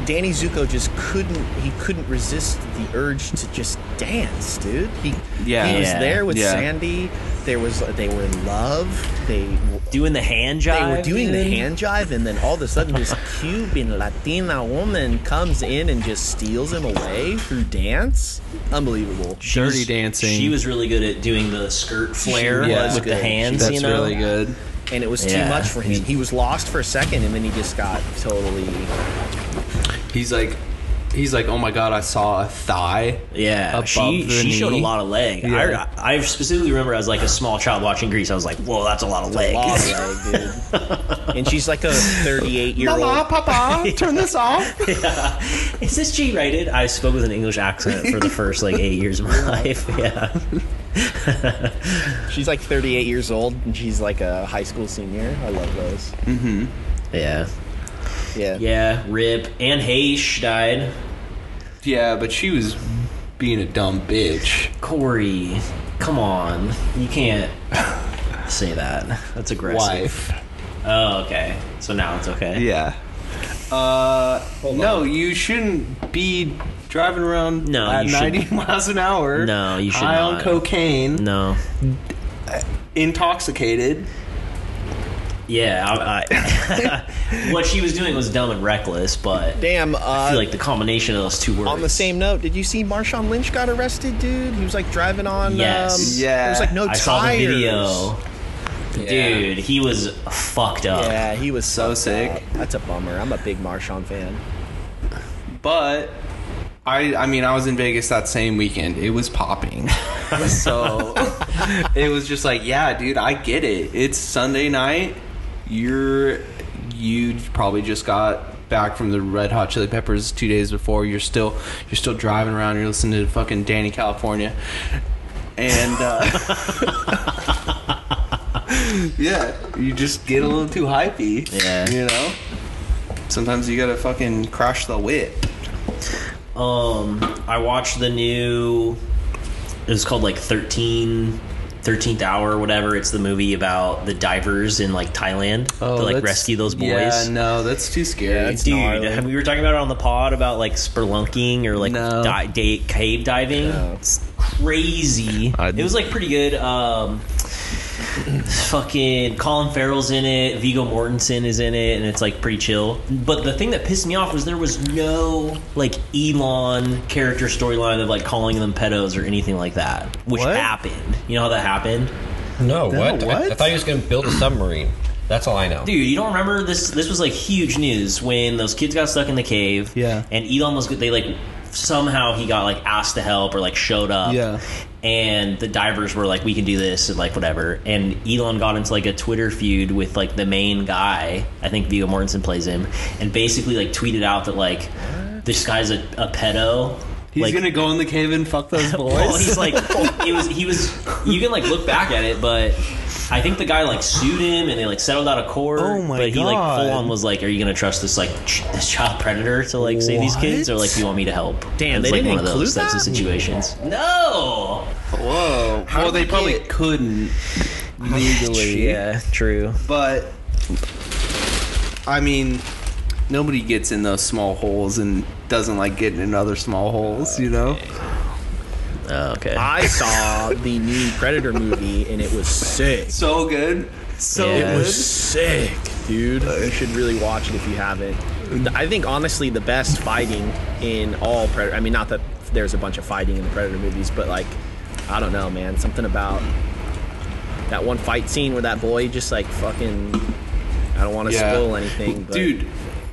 Speaker 3: Danny Zuko just couldn't he couldn't resist the urge to just dance, dude. He
Speaker 7: Yeah.
Speaker 3: he was
Speaker 1: Yeah.
Speaker 3: there with
Speaker 7: Yeah.
Speaker 3: Sandy. There was they were in love. They w-
Speaker 1: doing the hand
Speaker 3: they
Speaker 1: job.
Speaker 3: were doing the hand jive, and then all of a sudden, this Cuban Latina woman comes in and just steals him away through dance. Unbelievable.
Speaker 5: Dirty Dancing.
Speaker 1: She was really good at doing the skirt flare
Speaker 3: She
Speaker 1: with
Speaker 3: was
Speaker 1: the
Speaker 3: good.
Speaker 1: hands.
Speaker 5: That's
Speaker 1: you know,
Speaker 5: really
Speaker 7: good.
Speaker 3: and it was
Speaker 1: Yeah.
Speaker 3: too much for him. He was lost for a second, and then he just got totally.
Speaker 5: He's like, he's like, oh my god, I saw a thigh.
Speaker 1: Yeah,
Speaker 5: above
Speaker 1: she
Speaker 5: the
Speaker 1: she showed a
Speaker 5: knee.
Speaker 1: lot of leg.
Speaker 5: Yeah.
Speaker 1: I, I specifically remember as like a small child watching Grease. I was like, whoa, that's a lot of leg.
Speaker 3: Long leg, dude. and she's like a 38 year old.
Speaker 5: Papa, turn this off.
Speaker 1: Is this G rated? I spoke with an English accent for the first like eight years of my life. Yeah,
Speaker 3: She's like 38 years old, and she's like a high school senior. I love those.
Speaker 1: yeah,
Speaker 3: Yeah.
Speaker 1: yeah. Rip and Haish died.
Speaker 5: Yeah, but she was being a dumb bitch.
Speaker 1: Corey, come on, you can't say that. That's aggressive.
Speaker 5: Wife.
Speaker 1: Oh, okay. So now it's okay.
Speaker 5: Yeah. Uh, no, you shouldn't be driving around
Speaker 1: No,
Speaker 5: at
Speaker 1: you shouldn't.
Speaker 5: 90 miles an hour.
Speaker 1: No, you should
Speaker 5: High on
Speaker 1: not.
Speaker 5: cocaine,
Speaker 1: No.
Speaker 5: intoxicated.
Speaker 1: Yeah. I, I, what she was doing was dumb and reckless, but
Speaker 3: Damn. Uh,
Speaker 1: I feel like the combination of those two words.
Speaker 3: on the same note, did you see Marshawn Lynch got arrested, dude? He was like driving on.
Speaker 1: Yes.
Speaker 3: Um,
Speaker 5: Yeah.
Speaker 3: There was like no
Speaker 1: I
Speaker 3: tires.
Speaker 1: saw the video.
Speaker 4: Yeah.
Speaker 1: Dude, he was fucked up.
Speaker 3: Yeah, he was so
Speaker 5: So sick.
Speaker 3: That's a bummer. I'm a big Marshawn fan.
Speaker 5: But I I mean I was in Vegas that same weekend. It was popping. so it was just like, yeah, dude, I get it. It's Sunday night. You're you probably just got back from the Red Hot Chili Peppers 2 days before. You're still you're still driving around, you're listening to fucking Danny California. And uh Yeah, you just get a little too hypey.
Speaker 1: Yeah.
Speaker 5: You know?
Speaker 7: Sometimes you gotta fucking crash the whip.
Speaker 1: Um, I watched the new. It was called like 13, 13th Hour, whatever. It's the movie about the divers in like Thailand to like
Speaker 5: Oh, that's-
Speaker 1: rescue those boys.
Speaker 5: Yeah, no, that's too scary.
Speaker 1: Dude, have- we were talking about it on the pod about like spelunking or like
Speaker 5: No.
Speaker 1: di- da- cave diving. It's crazy.
Speaker 5: I'd-
Speaker 1: it was like pretty good. Um, fucking Colin Farrell's in it. Vigo Mortensen is in it, and it's like pretty chill. But the thing that pissed me off was there was no like Elon character storyline of like calling them pedos or anything like that, which
Speaker 5: What?
Speaker 1: happened. You know how that happened,
Speaker 4: No, what? I- I,
Speaker 5: what?
Speaker 4: thought he was going to build a submarine. That's all I know.
Speaker 1: dude. You don't remember this? This was like huge news when those kids got stuck in the cave.
Speaker 5: Yeah.
Speaker 1: and Elon was they like somehow he got like asked to help or like showed up.
Speaker 5: Yeah.
Speaker 1: And the divers were like, we can do this and like whatever. And Elon got into like a Twitter feud with like the main guy. I think Viggo Mortensen plays him, and basically like tweeted out that like this guy's a, a pedo.
Speaker 5: He's
Speaker 1: like,
Speaker 5: gonna go in the cave and fuck those boys.
Speaker 1: well, Oh, he's like, it was. He was. You can like look back at it, but I think the guy like sued him, and they like settled out of court.
Speaker 5: Oh my
Speaker 1: But he like
Speaker 5: God.
Speaker 1: full on was like, "Are you gonna trust this like ch- this child predator to like save these kids, or
Speaker 5: What?
Speaker 1: like do you want me to help?"
Speaker 3: Damn,
Speaker 1: it's
Speaker 3: they
Speaker 1: like
Speaker 3: didn't
Speaker 1: one of those
Speaker 3: include
Speaker 1: types of
Speaker 3: that?
Speaker 1: situations. No.
Speaker 5: Whoa. well, they probably couldn't legally.
Speaker 1: true.
Speaker 5: But I mean,
Speaker 7: Nobody gets in those small holes and doesn't like getting in other small holes, you know?
Speaker 1: Oh, okay.
Speaker 3: I saw the new Predator movie, and it was sick.
Speaker 7: So good. So
Speaker 1: Yeah.
Speaker 7: good.
Speaker 3: It was sick, dude. Uh, You should really watch it if you haven't. I think honestly the best fighting in all Predator. I mean, not that there's a bunch of fighting in the Predator movies, but like, I don't know, man. Something about that one fight scene where that boy just like fucking I don't want to
Speaker 5: Yeah.
Speaker 3: spoil anything, but
Speaker 5: Dude,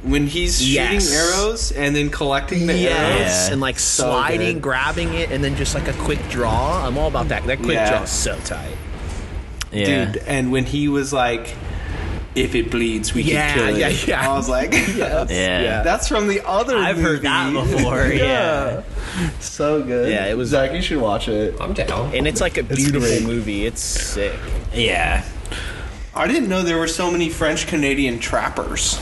Speaker 5: when he's
Speaker 3: Yes.
Speaker 5: shooting arrows and then collecting the arrows.
Speaker 1: Yeah.
Speaker 3: Yes, and like
Speaker 5: So
Speaker 3: sliding,
Speaker 5: good.
Speaker 3: grabbing it, and then just like a quick draw. I'm all about that. That quick
Speaker 5: Yeah.
Speaker 3: draw is so tight.
Speaker 1: Yeah.
Speaker 5: Dude, and when he was like, if it bleeds, we
Speaker 3: Yeah,
Speaker 5: can kill it.
Speaker 3: yeah, yeah.
Speaker 5: I was like, yes.
Speaker 1: Yeah.
Speaker 5: That's from the other
Speaker 1: I've heard that
Speaker 5: movie.
Speaker 1: before. yeah.
Speaker 2: So good.
Speaker 3: Yeah, it was-
Speaker 2: Zach, you should watch it.
Speaker 4: I'm down.
Speaker 3: And it's like a beautiful
Speaker 2: great.
Speaker 3: movie. It's sick.
Speaker 1: Yeah.
Speaker 5: I didn't know there were so many French Canadian trappers.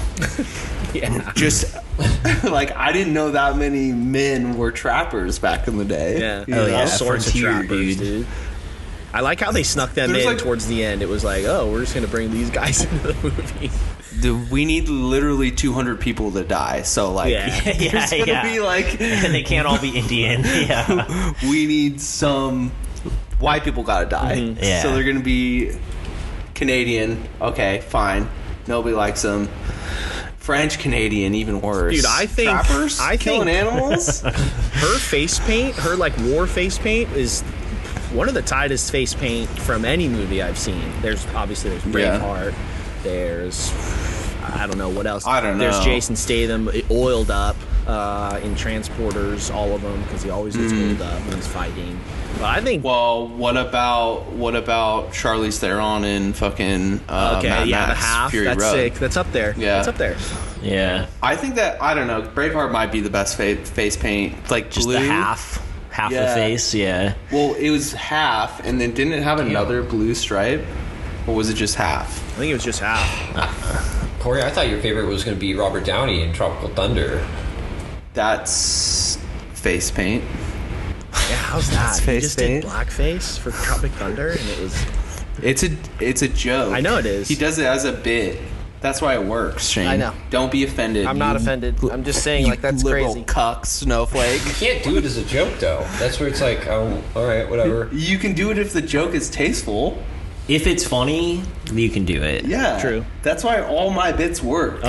Speaker 3: Yeah.
Speaker 5: Just like I didn't know that many men were trappers back in the day.
Speaker 3: Yeah.
Speaker 5: You
Speaker 1: Oh,
Speaker 5: know?
Speaker 1: yeah.
Speaker 3: All sorts of
Speaker 1: Frontier,
Speaker 3: trappers,
Speaker 1: dude.
Speaker 3: dude. I like how they snuck them
Speaker 5: There's,
Speaker 3: in
Speaker 5: like-
Speaker 3: towards the end. It was like, oh, we're just gonna bring these guys into the movie.
Speaker 5: The- we need literally 200 people to die. So like,
Speaker 3: Yeah.
Speaker 1: Yeah.
Speaker 5: it's gonna
Speaker 1: yeah.
Speaker 5: be like
Speaker 1: and they can't all be Indian. Yeah.
Speaker 5: we need some white people gotta die.
Speaker 3: Mm-hmm.
Speaker 1: Yeah.
Speaker 5: So they're gonna be Canadian. Okay, fine. Nobody likes them. French Canadian, even worse.
Speaker 3: Dude, I think-
Speaker 5: trappers
Speaker 3: I
Speaker 5: killing
Speaker 3: think-
Speaker 5: animals.
Speaker 3: Her face paint, her like war face paint, is one of the tightest face paint from any movie I've seen. There's obviously there's
Speaker 5: Yeah.
Speaker 3: Braveheart. There's I don't know what else.
Speaker 5: I don't
Speaker 3: There's
Speaker 5: know.
Speaker 3: Jason Statham eh, oiled up uh, in transporters, all of them, because he always gets
Speaker 5: Mm.
Speaker 3: oiled up when he's fighting. But I think
Speaker 5: well, what about what about Charlize Theron in fucking uh,
Speaker 3: okay,
Speaker 5: Mad
Speaker 3: yeah,
Speaker 5: Max,
Speaker 3: the half.
Speaker 5: Fury
Speaker 3: that's
Speaker 5: Road?
Speaker 3: sick. That's up there.
Speaker 5: Yeah.
Speaker 3: that's up there.
Speaker 1: yeah.
Speaker 5: I think that I don't know. Braveheart might be the best fa- face paint, like
Speaker 1: Just
Speaker 5: blue.
Speaker 1: the half, half the
Speaker 5: Yeah.
Speaker 1: face. Yeah.
Speaker 5: Well, it was half, and then didn't it have another blue stripe, or was it just half?
Speaker 3: I think it was just half.
Speaker 4: Corey, I thought your favorite was going to be Robert Downey in Tropical Thunder.
Speaker 5: That's face paint.
Speaker 3: Yeah, how's that? You
Speaker 5: face
Speaker 3: just did
Speaker 5: paint.
Speaker 3: blackface for Tropic Thunder, and it was.
Speaker 5: It's a it's a joke.
Speaker 3: I know it is.
Speaker 5: He does it as a bit. That's why it works, Shane.
Speaker 3: I know.
Speaker 5: Don't be offended.
Speaker 3: I'm not
Speaker 5: you-
Speaker 3: offended. I'm just saying,
Speaker 5: you
Speaker 3: like that's
Speaker 5: liberal
Speaker 3: crazy.
Speaker 5: cuck snowflake.
Speaker 4: Can't do it as a joke though. That's where it's like, oh, all right, whatever.
Speaker 5: you can do it if the joke is tasteful.
Speaker 1: If it's funny, you can do it.
Speaker 5: Yeah,
Speaker 3: True. Oh,
Speaker 5: That's why all my bits work.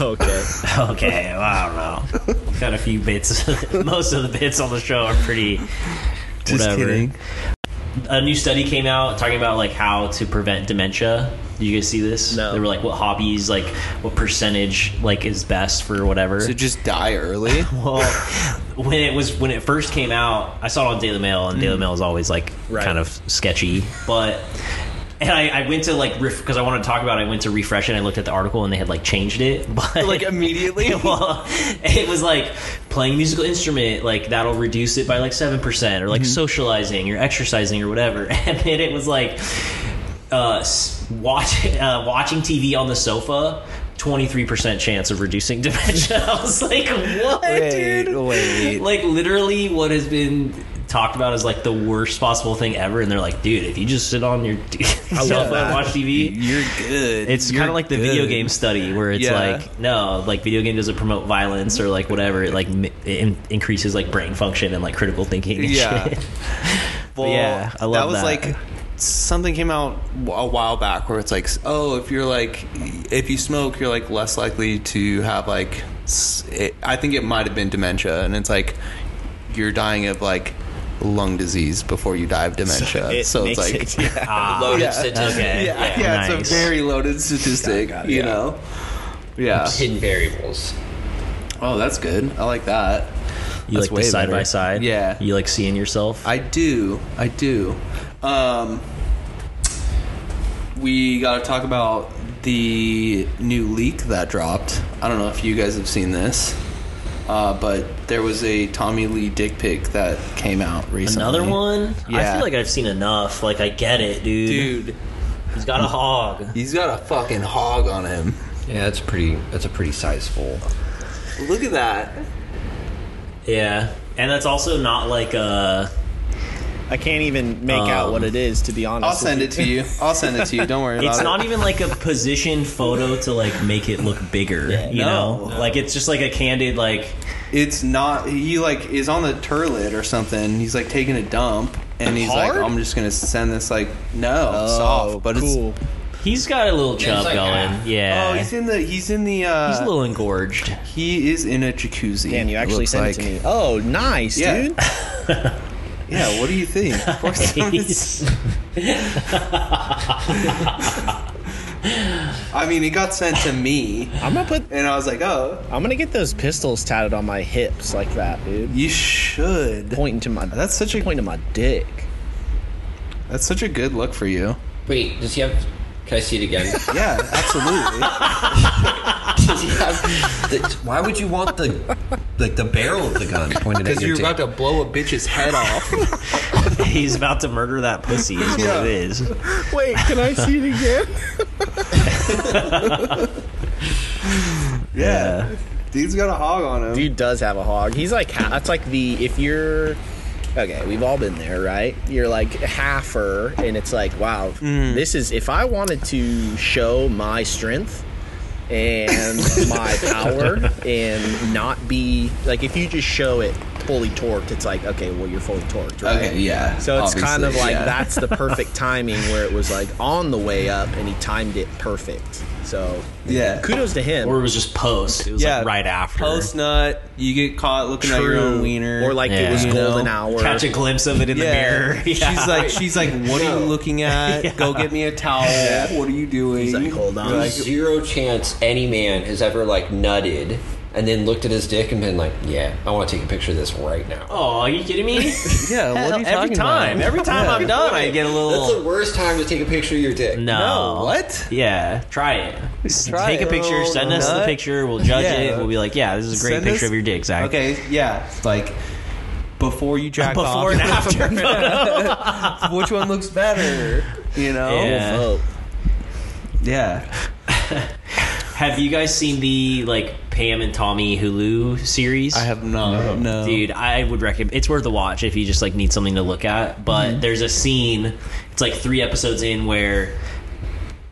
Speaker 3: Okay.
Speaker 1: Okay, well, I don't know. Got a few bits. Most of the bits on the show are pretty.
Speaker 2: Just
Speaker 1: whatever.
Speaker 2: kidding.
Speaker 1: A new study came out talking about like how to prevent dementia. Did you guys see this?
Speaker 3: No.
Speaker 1: They were like, what hobbies, like what percentage, like is best for whatever.
Speaker 5: So just die early.
Speaker 1: well, when it was when it first came out, I saw it on Daily Mail, and Daily
Speaker 5: Mm.
Speaker 1: Mail is always like
Speaker 3: Right.
Speaker 1: kind of sketchy, but. And I, I went to like because I wanted to talk about. it, I went to refresh it. and I looked at the article and they had like changed it, but
Speaker 5: like immediately.
Speaker 1: well, it was like playing a musical instrument, like that'll reduce it by like seven percent, or like
Speaker 5: Mm-hmm.
Speaker 1: socializing or exercising or whatever. And then it was like uh, s- watch, uh, watching TV on the sofa. 23% chance of reducing dementia. I was like, what,
Speaker 2: Wait,
Speaker 1: dude?
Speaker 2: wait.
Speaker 1: Like, literally, what has been talked about is like the worst possible thing ever. And they're like, dude, if you just sit on your sofa and
Speaker 2: that.
Speaker 1: watch TV,
Speaker 5: You're good.
Speaker 1: it's
Speaker 5: Oh, You're
Speaker 1: kind of like the video
Speaker 5: good.
Speaker 1: game study where it's
Speaker 5: Yeah.
Speaker 1: like no, like video game doesn't promote violence or like whatever. It like mi- it in- increases like brain function and like critical thinking. And
Speaker 5: Yeah.
Speaker 1: shit.
Speaker 5: Well,
Speaker 1: yeah, I love
Speaker 5: that. was
Speaker 1: that.
Speaker 5: like something came out a while back where it's like, oh, if you're like, if you smoke, you're like less likely to have like, s- it, I think it might have been dementia, and it's like you're dying of like lung disease before you die of dementia. So,
Speaker 3: It
Speaker 5: it's
Speaker 3: makes
Speaker 5: like.
Speaker 3: it- yeah.
Speaker 1: Ah,
Speaker 4: Loaded
Speaker 5: yeah.
Speaker 4: statistic.
Speaker 1: Okay.
Speaker 5: Yeah, yeah,
Speaker 1: Nice.
Speaker 5: it's a very loaded statistic,
Speaker 3: Got it, got it,
Speaker 5: you
Speaker 3: yeah.
Speaker 5: know. Yeah.
Speaker 4: Hidden variables.
Speaker 5: Oh, that's good. I like that.
Speaker 1: you
Speaker 5: That's
Speaker 1: like the
Speaker 5: way
Speaker 1: side
Speaker 5: better.
Speaker 1: by side.
Speaker 5: Yeah.
Speaker 1: you like seeing yourself.
Speaker 5: I do. I do. Um, we got to talk about the new leak that dropped. I don't know if you guys have seen this, uh, but there was a Tommy Lee dick pic that came out recently.
Speaker 1: Another one. I
Speaker 5: Yeah.
Speaker 1: feel like I've seen enough. Like I get it, dude.
Speaker 5: Dude,
Speaker 1: He's got a hog.
Speaker 5: he's got a fucking hog on him.
Speaker 4: Yeah, that's pretty. That's a pretty sizeful.
Speaker 5: Look at that.
Speaker 1: Yeah, and that's also not like a.
Speaker 3: I can't even make out
Speaker 1: Um,
Speaker 3: what it is, to be honest.
Speaker 5: I'll
Speaker 3: with
Speaker 5: send
Speaker 3: you.
Speaker 5: it to you. I'll send it to you. Don't worry about
Speaker 1: It's
Speaker 5: it.
Speaker 1: not even like a position photo to like make it look bigger, you
Speaker 5: No.
Speaker 1: know? Like it's just like a candid like
Speaker 5: it's not he like is on the toilet or something he's like taking a dump and he's
Speaker 3: Hard?
Speaker 5: like i'm just gonna send this like no
Speaker 3: Oh,
Speaker 5: soft but
Speaker 3: cool. Eh.
Speaker 5: it's
Speaker 1: He's ah. got a little chub
Speaker 4: like
Speaker 1: going.
Speaker 4: half.
Speaker 1: Yeah.
Speaker 5: oh he's
Speaker 1: he's,
Speaker 5: in the he's in the
Speaker 1: a
Speaker 5: uh
Speaker 1: little engorged.
Speaker 5: he is in a jacuzzi
Speaker 3: Dan, you actually
Speaker 5: looks
Speaker 3: sent
Speaker 5: like.
Speaker 3: it to me. Oh, nice,
Speaker 5: Yeah.
Speaker 3: dude.
Speaker 5: yeah what do you think Of course I'm-
Speaker 1: He's-
Speaker 5: I mean, it got sent to me,
Speaker 3: I'm gonna put.
Speaker 5: and I was like, oh,
Speaker 3: I'm gonna get those pistols tatted on my hips like that, dude.
Speaker 5: you should.
Speaker 3: Pointing to my.
Speaker 5: That's such a
Speaker 3: pointing to my dick.
Speaker 5: that's such a good look for you.
Speaker 4: Wait, does he have? Can I see it again?
Speaker 5: Yeah, absolutely.
Speaker 4: Does he have the, why would you want the like the barrel of the gun pointed at
Speaker 5: Because
Speaker 4: your
Speaker 5: you're
Speaker 4: dick?
Speaker 5: about to blow a bitch's head off.
Speaker 1: He's about to murder that pussy. Is what
Speaker 5: Yeah.
Speaker 1: it is.
Speaker 3: Wait, can I see it again?
Speaker 5: Yeah. Dude's got a hog on him.
Speaker 3: Dude does have a hog. He's like ha- that's like the if you're okay. We've all been there, right? You're like halfer, and it's like wow,
Speaker 5: Mm.
Speaker 3: this is if I wanted to show my strength and my power and not be like if you just show it fully torqued, it's like okay, well you're fully torqued, right?
Speaker 5: Okay, yeah.
Speaker 3: So it's kind of
Speaker 5: obviously,
Speaker 3: like
Speaker 5: yeah.
Speaker 3: that's the perfect timing where it was like on the way up, and he timed it perfect. So
Speaker 5: Yeah.
Speaker 3: kudos to him.
Speaker 1: Or it was just post. It was like right after.
Speaker 5: Post nut, you get caught looking at your own wiener.
Speaker 3: or like
Speaker 1: Yeah.
Speaker 3: it was
Speaker 1: You
Speaker 3: golden
Speaker 5: know,
Speaker 3: hour.
Speaker 1: Catch a glimpse of it in the mirror. Yeah.
Speaker 5: She's like, she's like, what are you looking at? Go get me a towel. What are you doing?
Speaker 3: He's like, hold on.
Speaker 5: You're like,
Speaker 4: There's zero chance any man has ever like nutted and then looked at his dick and been like, "Yeah, I want to take a picture of this right now."
Speaker 1: oh, are you kidding me?
Speaker 5: yeah, what are
Speaker 1: every
Speaker 5: you talking
Speaker 1: time,
Speaker 5: about?
Speaker 1: every time I'm done, I get a
Speaker 4: That's the
Speaker 1: little.
Speaker 4: worst time to take a picture of your dick.
Speaker 1: no.
Speaker 5: No, what?
Speaker 1: Yeah, try it.
Speaker 5: Try
Speaker 1: Take a
Speaker 5: it.
Speaker 1: picture. Send us the
Speaker 5: Nut.
Speaker 1: picture. We'll judge
Speaker 5: Yeah.
Speaker 1: it. We'll be like, yeah, this is a great
Speaker 5: Send
Speaker 1: picture
Speaker 5: us-
Speaker 1: of your dick, Zach.
Speaker 5: Okay, yeah, like before you jack
Speaker 1: Before and
Speaker 5: off,
Speaker 1: after.
Speaker 5: which one looks better? You know?
Speaker 1: Yeah.
Speaker 3: Oh,
Speaker 5: Yeah. oh.
Speaker 1: Have you guys seen the like Pam and Tommy Hulu series?
Speaker 5: I have not. No.
Speaker 1: Dude, I would recommend. It's worth a watch if you just like need something to look at. But
Speaker 5: Mm-hmm.
Speaker 1: there's a scene. It's like three episodes in where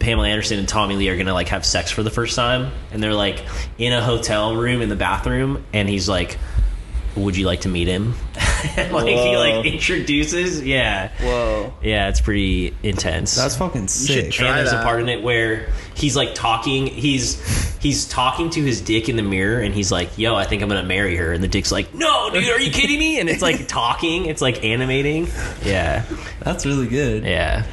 Speaker 1: Pamela Anderson and Tommy Lee are gonna like have sex for the first time, and they're like in a hotel room in the bathroom, and he's like, "Would you like to meet him?" and, like he
Speaker 5: Whoa.
Speaker 1: like introduces. Yeah,
Speaker 5: Whoa.
Speaker 1: yeah, it's pretty intense.
Speaker 5: That's fucking sick.
Speaker 3: try
Speaker 1: and there's a
Speaker 3: that.
Speaker 1: part in it where he's like talking. He's he's talking to his dick in the mirror, and he's like, "Yo, I think I'm gonna marry her." And the dick's like, "No, dude, are you kidding me?" And it's like talking. It's like animating. Yeah,
Speaker 5: That's really good.
Speaker 1: yeah.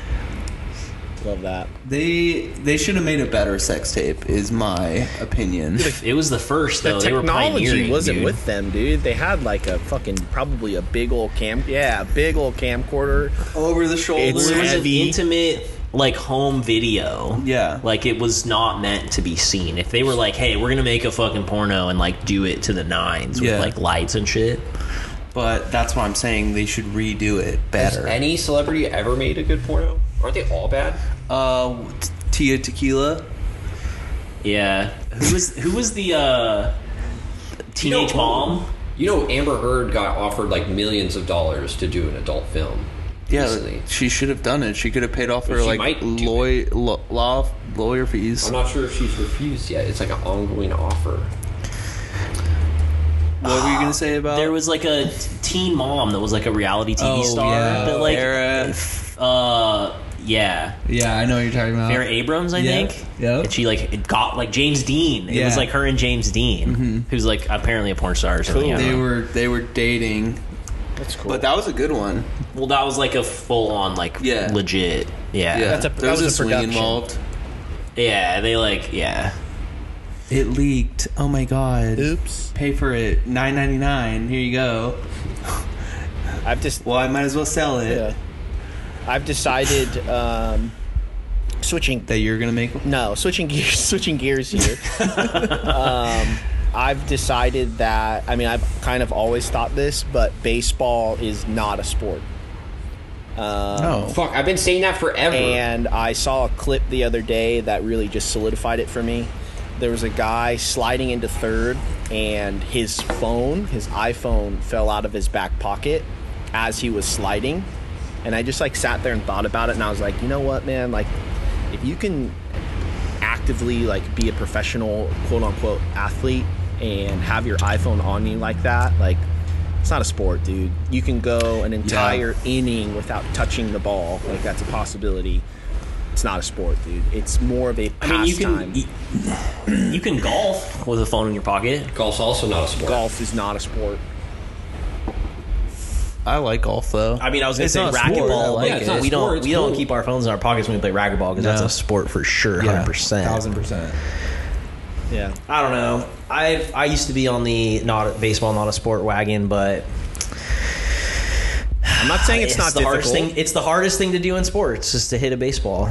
Speaker 3: love that.
Speaker 5: They they should have made a better sex tape, is my opinion.
Speaker 1: It was the first though.
Speaker 3: The
Speaker 1: they were
Speaker 3: technology
Speaker 1: pioneering.
Speaker 3: wasn't
Speaker 1: dude.
Speaker 3: with them, dude. They had like a fucking probably a big old cam. Yeah, a big old camcorder.
Speaker 5: Over the shoulder.
Speaker 3: It's-
Speaker 1: It was an
Speaker 3: heavy.
Speaker 1: intimate like home video.
Speaker 5: Yeah.
Speaker 1: Like it was not meant to be seen. If they were like, "Hey, we're gonna make a fucking porno and like do it to the nines
Speaker 5: Yeah.
Speaker 1: with like lights and shit,"
Speaker 5: but that's what I'm saying. They should redo it
Speaker 4: Has
Speaker 5: better.
Speaker 4: any celebrity ever made a good porno? Aren't they all bad?
Speaker 5: uh, t- Tia Tequila.
Speaker 1: Yeah. Who was who was the uh, teenage
Speaker 4: You know-
Speaker 1: mom?
Speaker 4: You know, Amber Heard got offered like millions of dollars to do an adult film.
Speaker 5: Yeah,
Speaker 4: recently.
Speaker 5: she should have done it. She could have paid off her
Speaker 4: She
Speaker 5: like
Speaker 4: might do
Speaker 5: law, law, law lawyer fees.
Speaker 4: I'm not sure if she's refused yet. It's like an ongoing offer.
Speaker 5: What were you gonna say about?
Speaker 1: There was like a t- teen mom that was like a reality TV
Speaker 5: Oh,
Speaker 1: star
Speaker 5: yeah.
Speaker 1: that like
Speaker 5: Vera.
Speaker 1: f- uh yeah.
Speaker 5: yeah, I know what you're talking about.
Speaker 1: Vera Abrams, I
Speaker 5: Uh, yeah,
Speaker 1: think.
Speaker 5: yeah.
Speaker 1: And she like it got like James Dean. It
Speaker 5: Yeah. Mm-hmm.
Speaker 1: was like her and James Dean, who's like apparently a porn star or something. I don't
Speaker 5: They
Speaker 1: know.
Speaker 5: were they were dating,
Speaker 3: That's cool.
Speaker 5: but that was a good one.
Speaker 1: well, that was like a full on like
Speaker 5: Yeah.
Speaker 1: legit. Yeah.
Speaker 5: Yeah,
Speaker 1: yeah.
Speaker 3: That's a-
Speaker 5: there
Speaker 3: that was a
Speaker 5: swing
Speaker 3: production.
Speaker 5: involved.
Speaker 1: they like yeah.
Speaker 5: It leaked. Oh my god.
Speaker 3: Oops.
Speaker 5: Pay for it. Nine ninety nine. Here you go.
Speaker 3: I've just
Speaker 5: Well, I might as well sell it.
Speaker 3: yeah. I've decided um, switching.
Speaker 5: That you're gonna make.
Speaker 3: No, switching gears. Switching gears here. um, I've decided that. I mean, I've kind of always thought this, but baseball is not a sport.
Speaker 5: No.
Speaker 4: Fuck, I've been saying that forever.
Speaker 3: And I saw a clip the other day that really just solidified it for me. There was a guy sliding into third, and his phone, his iPhone, fell out of his back pocket as he was sliding. And I just like sat there and thought about it, and I was like, you know what, man? Like, if you can actively like be a professional quote unquote athlete and have your iPhone on you like that, like it's not a sport, dude. You can go an entire inning without touching the ball. Like that's a possibility. It's not a sport, dude. It's more of a
Speaker 1: I mean, you
Speaker 3: pastime.
Speaker 1: can you, you can golf with a phone in your pocket.
Speaker 4: golf's also not a sport.
Speaker 3: Golf is not a sport.
Speaker 2: I like golf though.
Speaker 1: I mean, I was gonna
Speaker 2: It's
Speaker 1: say
Speaker 2: not a sport, I
Speaker 1: racquetball.
Speaker 2: like
Speaker 1: like
Speaker 2: it. Yeah, it's
Speaker 1: we
Speaker 4: not a sport,
Speaker 1: don't
Speaker 4: it's
Speaker 1: we don't
Speaker 4: cool.
Speaker 1: keep our phones in our pockets when we play racquetball because that's
Speaker 2: No.
Speaker 1: a sport for sure, hundred percent.
Speaker 2: Thousand percent.
Speaker 3: Yeah.
Speaker 1: I don't know. I I used to be on the not a- baseball not a sport wagon, but
Speaker 3: I'm not saying it's,
Speaker 1: it's,
Speaker 3: not
Speaker 1: the hardest
Speaker 3: difficult.
Speaker 1: thing. It's the hardest thing to do in sports is to hit a baseball.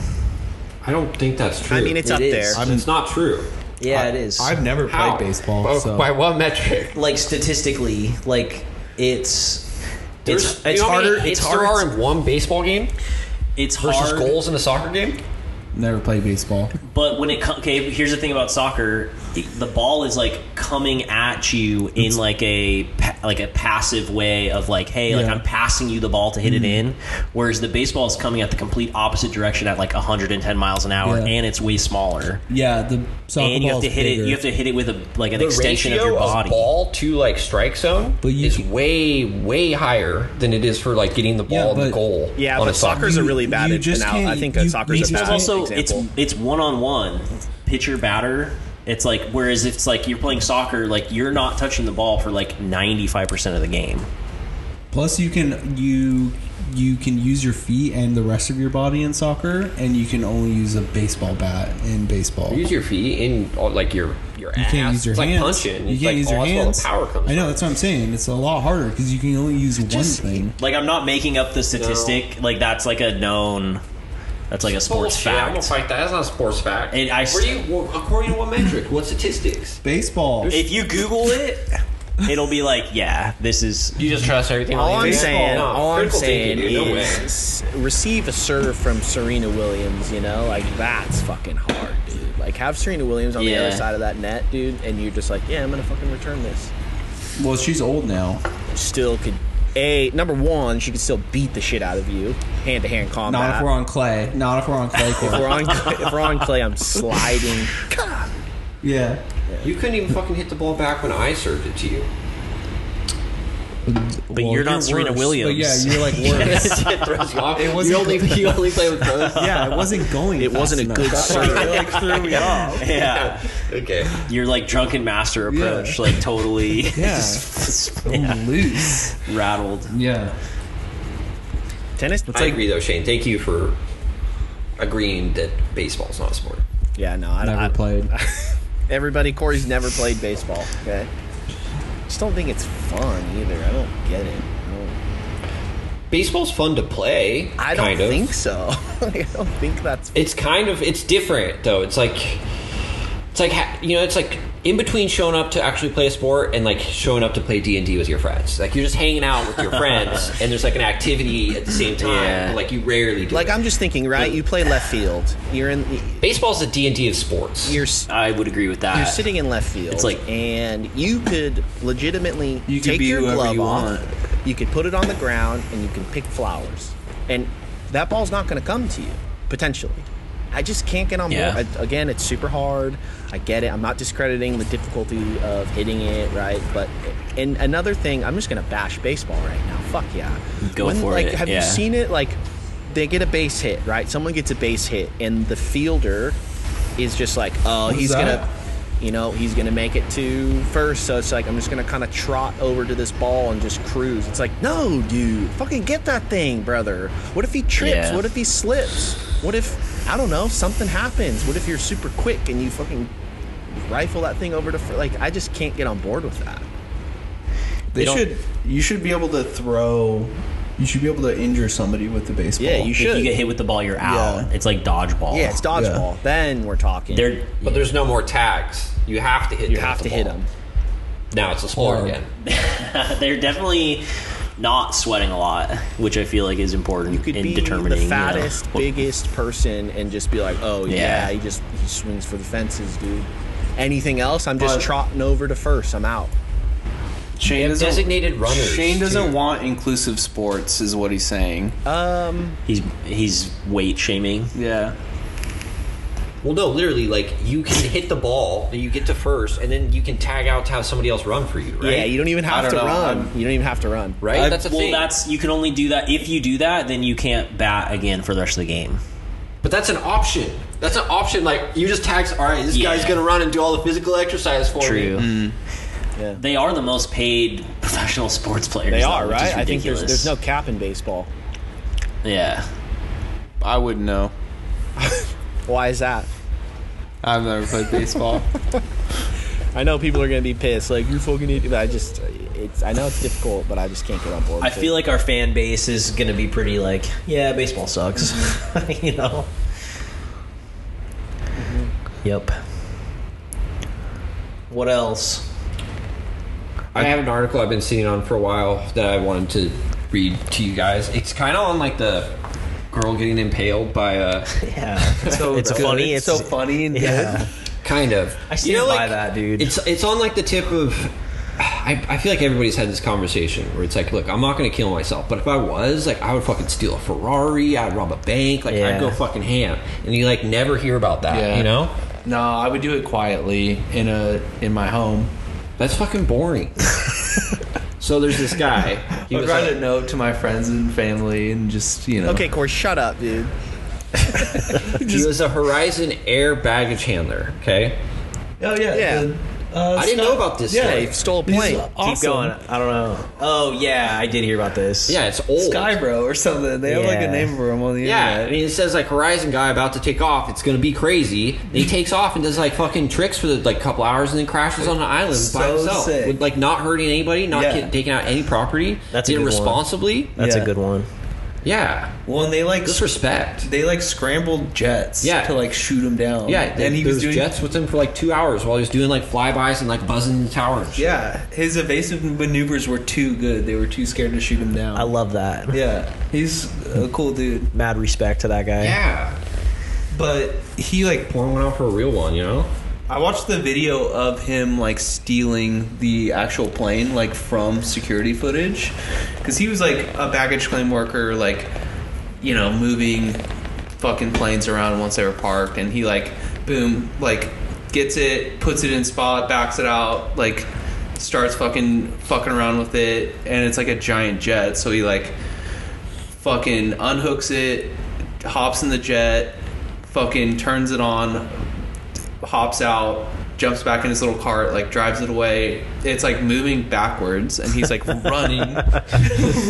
Speaker 4: I don't think that's true.
Speaker 3: I mean, it's
Speaker 1: It
Speaker 3: up
Speaker 1: is.
Speaker 3: there.
Speaker 4: It's not true.
Speaker 1: Yeah, it is.
Speaker 2: I've never played
Speaker 4: How?
Speaker 2: baseball,
Speaker 6: Oh,
Speaker 4: By,
Speaker 2: so
Speaker 4: by what metric?
Speaker 1: like statistically, like it's
Speaker 4: There's-
Speaker 1: it's
Speaker 4: you
Speaker 1: it's
Speaker 4: know how many
Speaker 1: harder.
Speaker 4: hits
Speaker 1: It's
Speaker 4: There are
Speaker 1: harder.
Speaker 4: in one baseball game
Speaker 1: It's
Speaker 4: versus
Speaker 1: hard.
Speaker 4: goals in a soccer game.
Speaker 2: never played baseball.
Speaker 1: But when it comes, okay, here's the thing about soccer: it- the ball is like coming at you in like a pa- like a passive way of like, hey, like
Speaker 2: Yeah. Mm-hmm.
Speaker 1: I'm passing you the ball to hit it in. Whereas the baseball is coming at the complete opposite direction at like 110 miles an hour,
Speaker 2: Yeah.
Speaker 1: and it's way smaller.
Speaker 2: Yeah, the soccer
Speaker 1: and you have
Speaker 2: ball's
Speaker 1: to hit
Speaker 2: bigger.
Speaker 1: it. You have to hit it with a like an
Speaker 4: The
Speaker 1: extension of
Speaker 4: ratio
Speaker 1: your body.
Speaker 4: ball to like strike zone
Speaker 2: But you
Speaker 4: is
Speaker 2: can-
Speaker 4: way way higher than it is for like getting the
Speaker 2: Yeah,
Speaker 4: ball in the
Speaker 2: but-
Speaker 4: goal.
Speaker 3: yeah,
Speaker 4: on
Speaker 3: but
Speaker 4: a soccer.
Speaker 3: soccer's a
Speaker 2: You-
Speaker 3: really bad
Speaker 2: you
Speaker 3: an-
Speaker 2: just
Speaker 3: now- I
Speaker 2: can't-
Speaker 3: think that
Speaker 2: you-
Speaker 3: soccer's a
Speaker 2: baseball's
Speaker 1: It's
Speaker 3: bad
Speaker 1: also
Speaker 3: example.
Speaker 1: it's it's one on one, pitcher batter. It's like whereas if it's like you're playing soccer, like you're not touching the ball for like 95 percent of the game.
Speaker 6: Plus, you can you you can use your feet and the rest of your body in soccer, and you can only use a baseball bat in baseball.
Speaker 4: Use your feet and all- like your your
Speaker 6: You
Speaker 4: ass.
Speaker 6: can't use your
Speaker 4: it's
Speaker 6: hands.
Speaker 4: like punching.
Speaker 6: You
Speaker 4: It's
Speaker 6: can't
Speaker 4: like,
Speaker 6: use your
Speaker 4: oh, that's where
Speaker 6: hands.
Speaker 4: The power comes.
Speaker 6: I know
Speaker 4: from.
Speaker 6: that's what I'm saying. It's a lot harder because you can only use one thing.
Speaker 1: Like I'm not making up the statistic. Like that's like a known. That's like a sports
Speaker 4: Bullshit, I don't
Speaker 1: fact.
Speaker 4: fight that. That's not a sports fact.
Speaker 1: And I-
Speaker 4: Where you, well, according to what metric? What statistics?
Speaker 6: Baseball.
Speaker 1: If you Google it, it'll be like, yeah, this is.
Speaker 4: You just trust everything.
Speaker 3: All
Speaker 4: on the
Speaker 3: I'm
Speaker 4: internet?
Speaker 3: saying,
Speaker 4: No,
Speaker 3: all I'm
Speaker 4: critical
Speaker 3: saying
Speaker 4: thinking, dude, no way.
Speaker 3: is receive a serve from Serena Williams. You know, like that's fucking hard, dude. Like have Serena Williams on the
Speaker 5: Yeah.
Speaker 3: other side of that net, dude, and you're just like, yeah, I'm gonna fucking return this.
Speaker 6: Well, she's old now.
Speaker 3: Still could. A number one, she could still beat the shit out of you, hand to hand combat.
Speaker 6: Not if we're on clay. Not if we're on clay
Speaker 3: If we're
Speaker 6: court.
Speaker 3: on, if we're on clay, I'm sliding.
Speaker 6: yeah.
Speaker 4: You couldn't even fucking hit the ball back when I served it to you.
Speaker 1: But you're not Serena
Speaker 6: worse.
Speaker 1: Williams.
Speaker 6: But yeah, you're like worse.
Speaker 4: It throws you off.
Speaker 6: It
Speaker 4: you
Speaker 6: wasn't-
Speaker 4: only you only play with both.
Speaker 6: yeah, it wasn't going.
Speaker 3: It wasn't a
Speaker 6: fast
Speaker 3: good
Speaker 6: enough.
Speaker 3: serve.
Speaker 2: like threw me off.
Speaker 1: yeah,
Speaker 4: Okay.
Speaker 1: you're like drunken master approach, like totally.
Speaker 6: Yeah.
Speaker 1: yeah,
Speaker 6: Loose.
Speaker 1: rattled.
Speaker 6: Yeah.
Speaker 3: Tennis. It's
Speaker 4: I
Speaker 3: like,
Speaker 4: agree though, Shane. Thank you for agreeing that baseball's not a sport.
Speaker 3: yeah, no, I don't. I-
Speaker 6: Never played.
Speaker 3: Everybody, Corey's never played baseball. Okay, just don't think it's fun either. I don't get it. I don't-
Speaker 4: Baseball's fun to play.
Speaker 3: I don't
Speaker 4: kind of.
Speaker 3: think so. I don't think that's.
Speaker 4: It's kind of it's different though. It's like it's like ha- you know, it's like in between showing up to actually play a sport and like showing up to play D and D with your friends. Like you're just hanging out with your friends, and there's like an activity at the same time.
Speaker 1: Yeah.
Speaker 4: but, Like you rarely do.
Speaker 3: Like
Speaker 4: it.
Speaker 3: I'm just thinking, right? You play left field. You're in.
Speaker 4: baseball's the D and D of sports.
Speaker 3: You're s-
Speaker 1: I would agree with that.
Speaker 3: you're sitting in left field.
Speaker 1: It's like-
Speaker 3: and you could legitimately
Speaker 2: You could
Speaker 3: take
Speaker 2: be
Speaker 3: your
Speaker 2: whoever
Speaker 3: glove
Speaker 2: you
Speaker 3: off.
Speaker 2: want.
Speaker 3: You could put it on the ground and you can pick flowers. And that ball's not going to come to you potentially. I just can't get on
Speaker 1: Yeah.
Speaker 3: board. I, again, it's super hard. I get it. I'm not discrediting the difficulty of hitting it, right? But and another thing, I'm just going to bash baseball right now. Fuck yeah.
Speaker 1: Go for
Speaker 3: like,
Speaker 1: it,
Speaker 3: Have
Speaker 1: yeah.
Speaker 3: you seen it? Like they get a base hit, right? Someone gets a base hit, and the fielder is just like, oh,
Speaker 6: is
Speaker 3: he's
Speaker 6: that?
Speaker 3: gonna, you know, he's gonna make it to first. So it's like I'm just gonna kind of trot over to this ball and just cruise. It's like, no, dude, fucking get that thing, brother. What if he trips?
Speaker 1: Yeah.
Speaker 3: What if he slips? What if I don't know something happens? What if you're super quick and you fucking rifle that thing over to fir- like I just can't get on board with that.
Speaker 2: They
Speaker 1: don't-
Speaker 2: should. You should be able to throw. You should be able to injure somebody with the baseball.
Speaker 3: Yeah, you
Speaker 1: if
Speaker 3: should.
Speaker 1: you get hit with the ball, you're out.
Speaker 2: Yeah.
Speaker 1: It's like dodgeball.
Speaker 3: yeah, it's dodgeball. Then we're talking.
Speaker 1: They're
Speaker 4: but there's no more tags. You have to hit.
Speaker 3: you
Speaker 4: them
Speaker 3: have
Speaker 4: with
Speaker 3: to
Speaker 4: the
Speaker 3: hit
Speaker 4: ball.
Speaker 3: them.
Speaker 4: Now it's a sport
Speaker 6: Hard.
Speaker 4: again.
Speaker 1: they're definitely not sweating a lot, which I feel like is important
Speaker 3: could
Speaker 1: in
Speaker 3: be
Speaker 1: determining
Speaker 3: the
Speaker 1: you know,
Speaker 3: fattest,
Speaker 1: what-
Speaker 3: biggest person and just be like, oh yeah,
Speaker 1: Yeah.
Speaker 3: he just he swings for the fences, dude. Anything else? I'm just
Speaker 2: But-
Speaker 3: trotting over to first. I'm out.
Speaker 2: Shane
Speaker 4: have
Speaker 2: doesn't-
Speaker 4: designated runners,
Speaker 2: Shane doesn't
Speaker 4: too.
Speaker 2: want inclusive sports, is what he's saying.
Speaker 3: Um,
Speaker 1: he's he's weight shaming.
Speaker 2: yeah.
Speaker 4: Well, no, literally, like you can hit the ball, you get to first, and then you can tag out to have somebody else run for you, right?
Speaker 3: yeah, you don't even
Speaker 2: I
Speaker 3: have
Speaker 2: don't
Speaker 3: to
Speaker 2: know,
Speaker 3: run.
Speaker 2: I'm-
Speaker 3: you don't even have to run.
Speaker 4: right.
Speaker 2: I-
Speaker 4: that's a
Speaker 1: well,
Speaker 4: thing.
Speaker 1: that's you can only do that if you do that, then you can't bat again for the rest of the game.
Speaker 4: But that's an option. That's an option. Like you just tax. All right, this
Speaker 1: Yeah.
Speaker 4: guy's gonna run and do all the physical exercise for me.
Speaker 1: True.
Speaker 3: Yeah.
Speaker 1: They are the most paid professional sports players.
Speaker 3: They
Speaker 1: though,
Speaker 3: are
Speaker 1: which is
Speaker 3: right. I think there's
Speaker 1: ridiculous.
Speaker 3: there's no cap in baseball.
Speaker 1: Yeah.
Speaker 5: I wouldn't know.
Speaker 3: Why is that?
Speaker 5: I've never played baseball.
Speaker 3: I know people are gonna be pissed. Like you're fucking idiot. But I just, it's. I know it's difficult, but I just can't get on board.
Speaker 1: I
Speaker 3: with it.
Speaker 1: feel like our fan base is gonna be pretty like, yeah, baseball sucks, you know. Yep. What else?
Speaker 4: I have an article I've been sitting on for a while that I wanted to read to you guys. It's kind of on like the girl getting impaled by a
Speaker 1: Yeah,
Speaker 2: So
Speaker 1: it's a
Speaker 2: good.
Speaker 1: funny. It's
Speaker 2: so funny and good.
Speaker 1: Yeah,
Speaker 4: kind of.
Speaker 1: I stand by that, dude.
Speaker 4: It's it's on like the tip of. I, I feel like everybody's had this conversation where it's like, look, I'm not going to kill myself, but if I was, like, I would fucking steal a Ferrari, I'd rob a bank, like,
Speaker 1: Yeah.
Speaker 4: I'd go fucking ham, and you like never hear about that,
Speaker 5: Yeah.
Speaker 4: you know?
Speaker 5: no, I would do it quietly in a in my home.
Speaker 4: That's fucking boring. so there's this guy. He
Speaker 5: I'd
Speaker 4: was
Speaker 5: write
Speaker 4: like-
Speaker 5: a note to my friends and family and just you know.
Speaker 3: Okay, Corey, shut up, dude.
Speaker 4: he was a Horizon Air baggage handler. Okay,
Speaker 2: Oh yeah.
Speaker 3: Yeah.
Speaker 2: the, uh,
Speaker 4: I didn't know
Speaker 2: stuff-
Speaker 4: about this.
Speaker 2: Yeah,
Speaker 4: story.
Speaker 3: Hey, stole a
Speaker 2: This is
Speaker 3: plane.
Speaker 2: awesome.
Speaker 1: keep going. I don't know. Oh yeah, I did hear about this.
Speaker 4: yeah, it's old.
Speaker 2: Skybro or something. They have like
Speaker 1: Yeah.
Speaker 2: a name for him on the
Speaker 4: Yeah, I
Speaker 2: internet.
Speaker 4: mean, it says like Horizon guy about to take off. It's gonna be crazy. And he takes off and does like fucking tricks for the, like couple hours, and then crashes on an island by
Speaker 2: So
Speaker 4: himself,
Speaker 2: sick.
Speaker 4: with like not hurting anybody, not
Speaker 2: Yeah.
Speaker 4: get, taking out any property.
Speaker 1: That's a
Speaker 4: did it
Speaker 1: good one.
Speaker 4: responsibly.
Speaker 1: that's
Speaker 2: Yeah.
Speaker 1: a good one.
Speaker 4: Yeah,
Speaker 2: Well, and they like
Speaker 4: disrespect.
Speaker 2: they like scrambled jets
Speaker 4: Yeah.
Speaker 2: to like shoot him down.
Speaker 4: Yeah,
Speaker 2: Um, and he was doing
Speaker 4: jets with him for like two hours while he was doing like flybys and like buzzing the towers.
Speaker 2: Yeah, his evasive maneuvers were too good. They were too scared to shoot him down.
Speaker 1: I love that.
Speaker 2: yeah, he's a cool dude,
Speaker 1: Mad respect to that guy.
Speaker 4: yeah.
Speaker 2: but he like
Speaker 4: Pour one out for a real one, you know.
Speaker 2: I watched the video of him like stealing the actual plane like from security footage cuz he was like a baggage claim worker like
Speaker 5: you know, moving fucking planes around once they were parked, and he like, boom, like gets it, puts it in spot, backs it out, like starts fucking fucking around with it, and it's like a giant jet, so he like fucking unhooks it, hops in the jet, fucking turns it on, hops out. Jumps back in his little cart, like drives it away. It's like moving backwards, and he's like running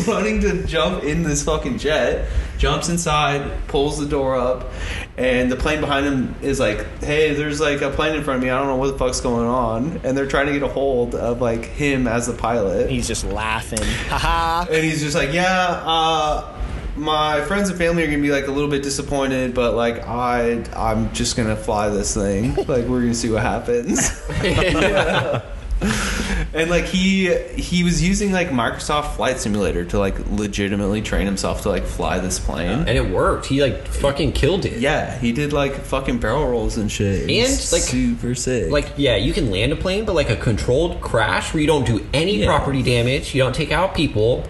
Speaker 2: running to jump in this fucking jet, jumps inside, pulls the door up, and the plane behind him is like, "Hey, there's like a plane in front of me. I don't know what the fuck's going on." And they're trying to get a hold of like him as the pilot.
Speaker 3: He's just laughing. Haha.
Speaker 2: and he's just like, yeah, uh, my friends and family are gonna be like a little bit disappointed, but like I, I'm just gonna fly this thing. like we're gonna see what happens. Yeah. And like he, he was using like Microsoft Flight Simulator to like legitimately train himself to like fly this plane.
Speaker 4: And it worked. He like fucking killed it.
Speaker 2: Yeah, he did like fucking barrel rolls and shit. It was
Speaker 4: And, like-
Speaker 2: super sick.
Speaker 4: Like, yeah, you can land a plane, but like a controlled crash where you don't do any property damage, you don't take out people.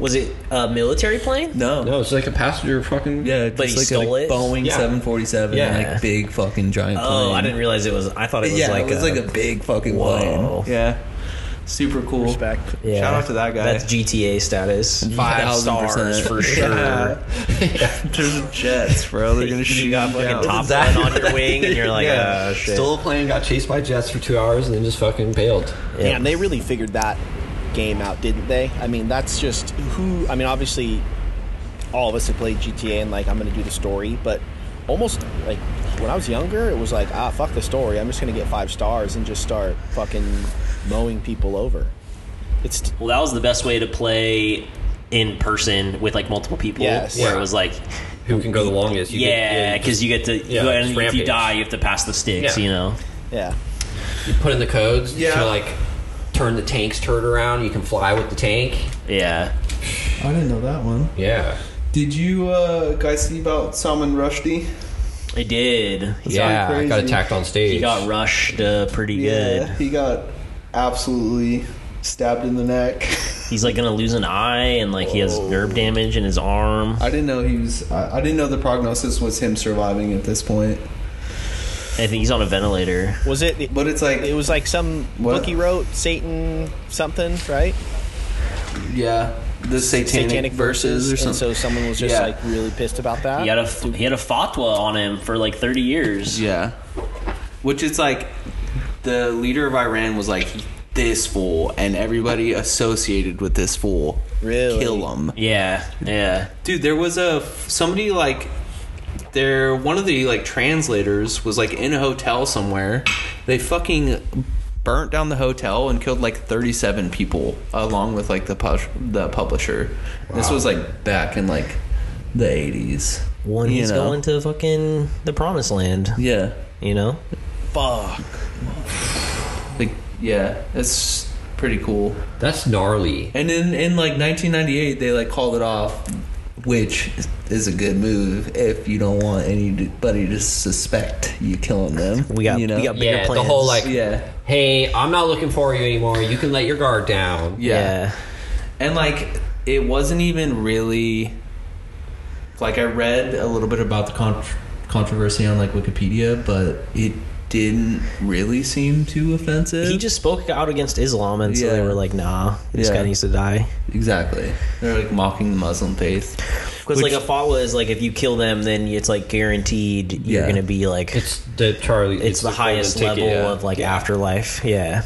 Speaker 1: Was it a military plane?
Speaker 2: no.
Speaker 4: No, it's like a passenger fucking.
Speaker 2: Yeah,
Speaker 1: But
Speaker 2: just
Speaker 1: he
Speaker 2: like
Speaker 1: stole
Speaker 2: a
Speaker 1: it?
Speaker 2: Boeing
Speaker 4: Yeah.
Speaker 2: 747,
Speaker 4: Yeah.
Speaker 2: like big fucking giant plane.
Speaker 1: Oh, I didn't realize it was. I thought it was
Speaker 2: yeah,
Speaker 1: like
Speaker 2: it
Speaker 1: a,
Speaker 2: was like a big fucking
Speaker 1: Whoa.
Speaker 2: plane. Yeah, super cool.
Speaker 3: Respect.
Speaker 1: yeah.
Speaker 2: Shout out to that guy.
Speaker 1: That's GTA status.
Speaker 5: five stars
Speaker 2: 1000%.
Speaker 5: for sure.
Speaker 2: Yeah. There's jets, bro. They're gonna shoot
Speaker 1: You got
Speaker 2: him
Speaker 1: fucking
Speaker 2: down.
Speaker 1: top gun on your wing, and you're like,
Speaker 2: Yeah.
Speaker 1: oh shit.
Speaker 4: Stole a plane, got chased by jets for two hours, and then just fucking bailed.
Speaker 1: Yeah.
Speaker 3: Damn, they really figured that game out, didn't they? I mean, that's just who. I mean, obviously, all of us have played GTA and like I'm gonna do the story, but almost like when I was younger, it was like ah fuck the story. I'm just gonna get five stars and just start fucking mowing people over. It's
Speaker 1: Well, that was the best way to play in person with like multiple people.
Speaker 3: Yes.
Speaker 1: Where
Speaker 4: Yeah.
Speaker 1: it was like,
Speaker 4: Who can go the longest? You
Speaker 1: yeah,
Speaker 4: get-
Speaker 1: because you get to,
Speaker 4: Yeah,
Speaker 1: and
Speaker 4: it's
Speaker 1: if you
Speaker 4: rampage.
Speaker 1: die, you have to pass the sticks.
Speaker 4: Yeah.
Speaker 1: You know.
Speaker 3: yeah,
Speaker 4: you put in the codes
Speaker 2: Yeah.
Speaker 4: to like turn the tank's turn around. You can fly with the tank.
Speaker 1: Yeah.
Speaker 6: I didn't know that one.
Speaker 4: Yeah,
Speaker 2: Did you uh, guys see about Salman Rushdie?
Speaker 1: I did. He
Speaker 4: yeah. I got
Speaker 2: crazy.
Speaker 4: attacked on stage.
Speaker 1: got rushed uh, pretty good.
Speaker 2: he got absolutely stabbed in the neck.
Speaker 1: He's like gonna lose an eye, and like he has nerve damage in his arm.
Speaker 2: I didn't know he was. I, I didn't know the prognosis was him surviving at this point.
Speaker 1: I think he's on a ventilator.
Speaker 3: was it?
Speaker 2: But it's like,
Speaker 3: It was like some
Speaker 2: What?
Speaker 3: book he wrote, Satan something, right?
Speaker 5: Yeah, the satanic, verses or
Speaker 3: and
Speaker 5: something.
Speaker 3: so someone was just
Speaker 5: Yeah.
Speaker 3: like really pissed about that.
Speaker 1: He had a he had a fatwa on him for like thirty years.
Speaker 5: Yeah. Which it's like the leader of Iran was like,
Speaker 2: this fool and everybody associated with this fool.
Speaker 3: Really?
Speaker 2: Kill him.
Speaker 1: Yeah, yeah.
Speaker 2: Dude, there was a somebody like there one of the like translators was like in a hotel somewhere. They fucking burnt down the hotel and killed like 37 people along with like the pub- the publisher. This was like back in like the 80s.
Speaker 1: One
Speaker 2: You
Speaker 1: he's
Speaker 2: know?
Speaker 1: going to fucking the promised land.
Speaker 2: Yeah.
Speaker 1: You know?
Speaker 2: Fuck. Like yeah, it's pretty cool.
Speaker 4: That's gnarly.
Speaker 2: And in in like 1998, they like called it off, which is a good move if you don't want anybody to suspect you killing them.
Speaker 1: We got
Speaker 2: you know,
Speaker 1: we got bigger
Speaker 4: Yeah,
Speaker 1: plans.
Speaker 4: the whole like,
Speaker 2: yeah,
Speaker 4: hey, I'm not looking for you anymore. You can let your guard down.
Speaker 2: yeah,
Speaker 1: yeah.
Speaker 2: and like it wasn't even really. Like I read a little bit about the con- controversy on like Wikipedia, but it didn't really seem too offensive.
Speaker 1: He just spoke out against Islam, and so they
Speaker 2: Yeah.
Speaker 1: were like, "Nah, this
Speaker 2: Yeah.
Speaker 1: guy needs to die."
Speaker 2: exactly they're like mocking the Muslim faith.
Speaker 1: Because like a fatwa is like, if you kill them, then it's like guaranteed you're
Speaker 2: Yeah.
Speaker 1: gonna be like, it's,
Speaker 4: It's the Charlie. It's,
Speaker 1: the
Speaker 4: golden
Speaker 1: highest
Speaker 4: ticket,
Speaker 1: level
Speaker 4: yeah.
Speaker 1: of like afterlife. Yeah,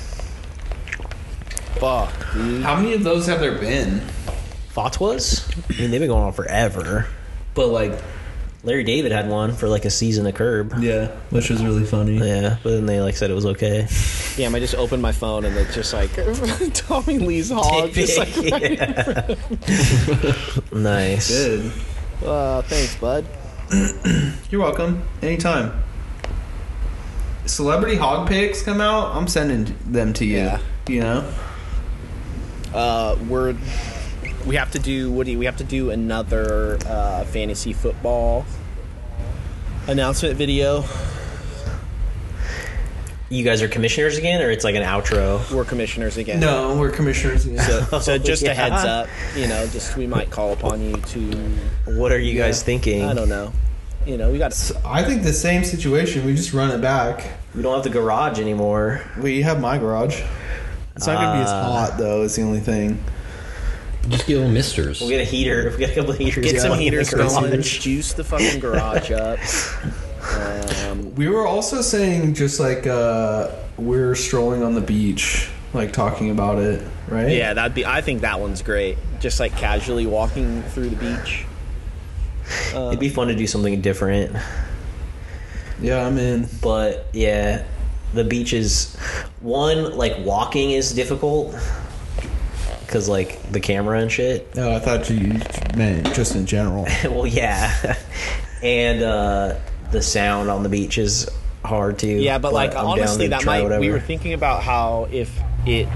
Speaker 3: Fuck, dude.
Speaker 2: How many of those have there been?
Speaker 1: fatwas. I mean, they've been going on forever.
Speaker 2: But like,
Speaker 1: Larry David had one for like a season of curb. Yeah,
Speaker 2: yeah, which was really funny.
Speaker 1: but then they like said it was okay.
Speaker 3: Yeah, I just opened my phone and it's just like Tommy Lee's hog. Oh, Just like,
Speaker 1: Yeah. nice.
Speaker 2: Good.
Speaker 3: uh, thanks, bud.
Speaker 2: You're welcome. Anytime. Celebrity hog pigs come out, I'm sending them to you.
Speaker 3: Yeah.
Speaker 2: You know?
Speaker 3: Uh, we're we have to do Woody. We have to do another uh, fantasy football announcement video.
Speaker 1: You guys are commissioners again, or it's like an outro.
Speaker 3: We're commissioners again.
Speaker 2: No, we're commissioners.
Speaker 3: So, so just
Speaker 1: Yeah.
Speaker 3: a heads up, you know, just we might call upon you to,
Speaker 1: What are you guys thinking?
Speaker 3: I don't know, you know, we got
Speaker 5: I think the same situation. We just run it back.
Speaker 1: We don't have the garage anymore.
Speaker 5: We have my garage. It's not gonna be as
Speaker 1: Ah.
Speaker 5: hot though. Is the only thing.
Speaker 4: Just give them misters.
Speaker 1: We got a heater. We got a couple of heaters.
Speaker 3: get some
Speaker 1: going in the
Speaker 3: heaters going,
Speaker 1: garage.
Speaker 3: juice the fucking garage up. Um,
Speaker 5: We were also saying just like uh, we're strolling on the beach, like talking about it, right?
Speaker 3: yeah, that'd be. I think that one's great. Just like casually walking through the beach. Uh,
Speaker 1: It'd be fun to do something different,
Speaker 5: Yeah, I'm in.
Speaker 1: but yeah, the beach is one like walking is difficult because like the camera and shit.
Speaker 5: Oh, I thought you meant just in general.
Speaker 1: well, yeah, and uh, the sound on the beach is hard too.
Speaker 3: Yeah, but, like
Speaker 1: I'm down
Speaker 3: honestly,
Speaker 1: to
Speaker 3: that
Speaker 1: try
Speaker 3: might. We
Speaker 1: whatever.
Speaker 3: were thinking about how if it,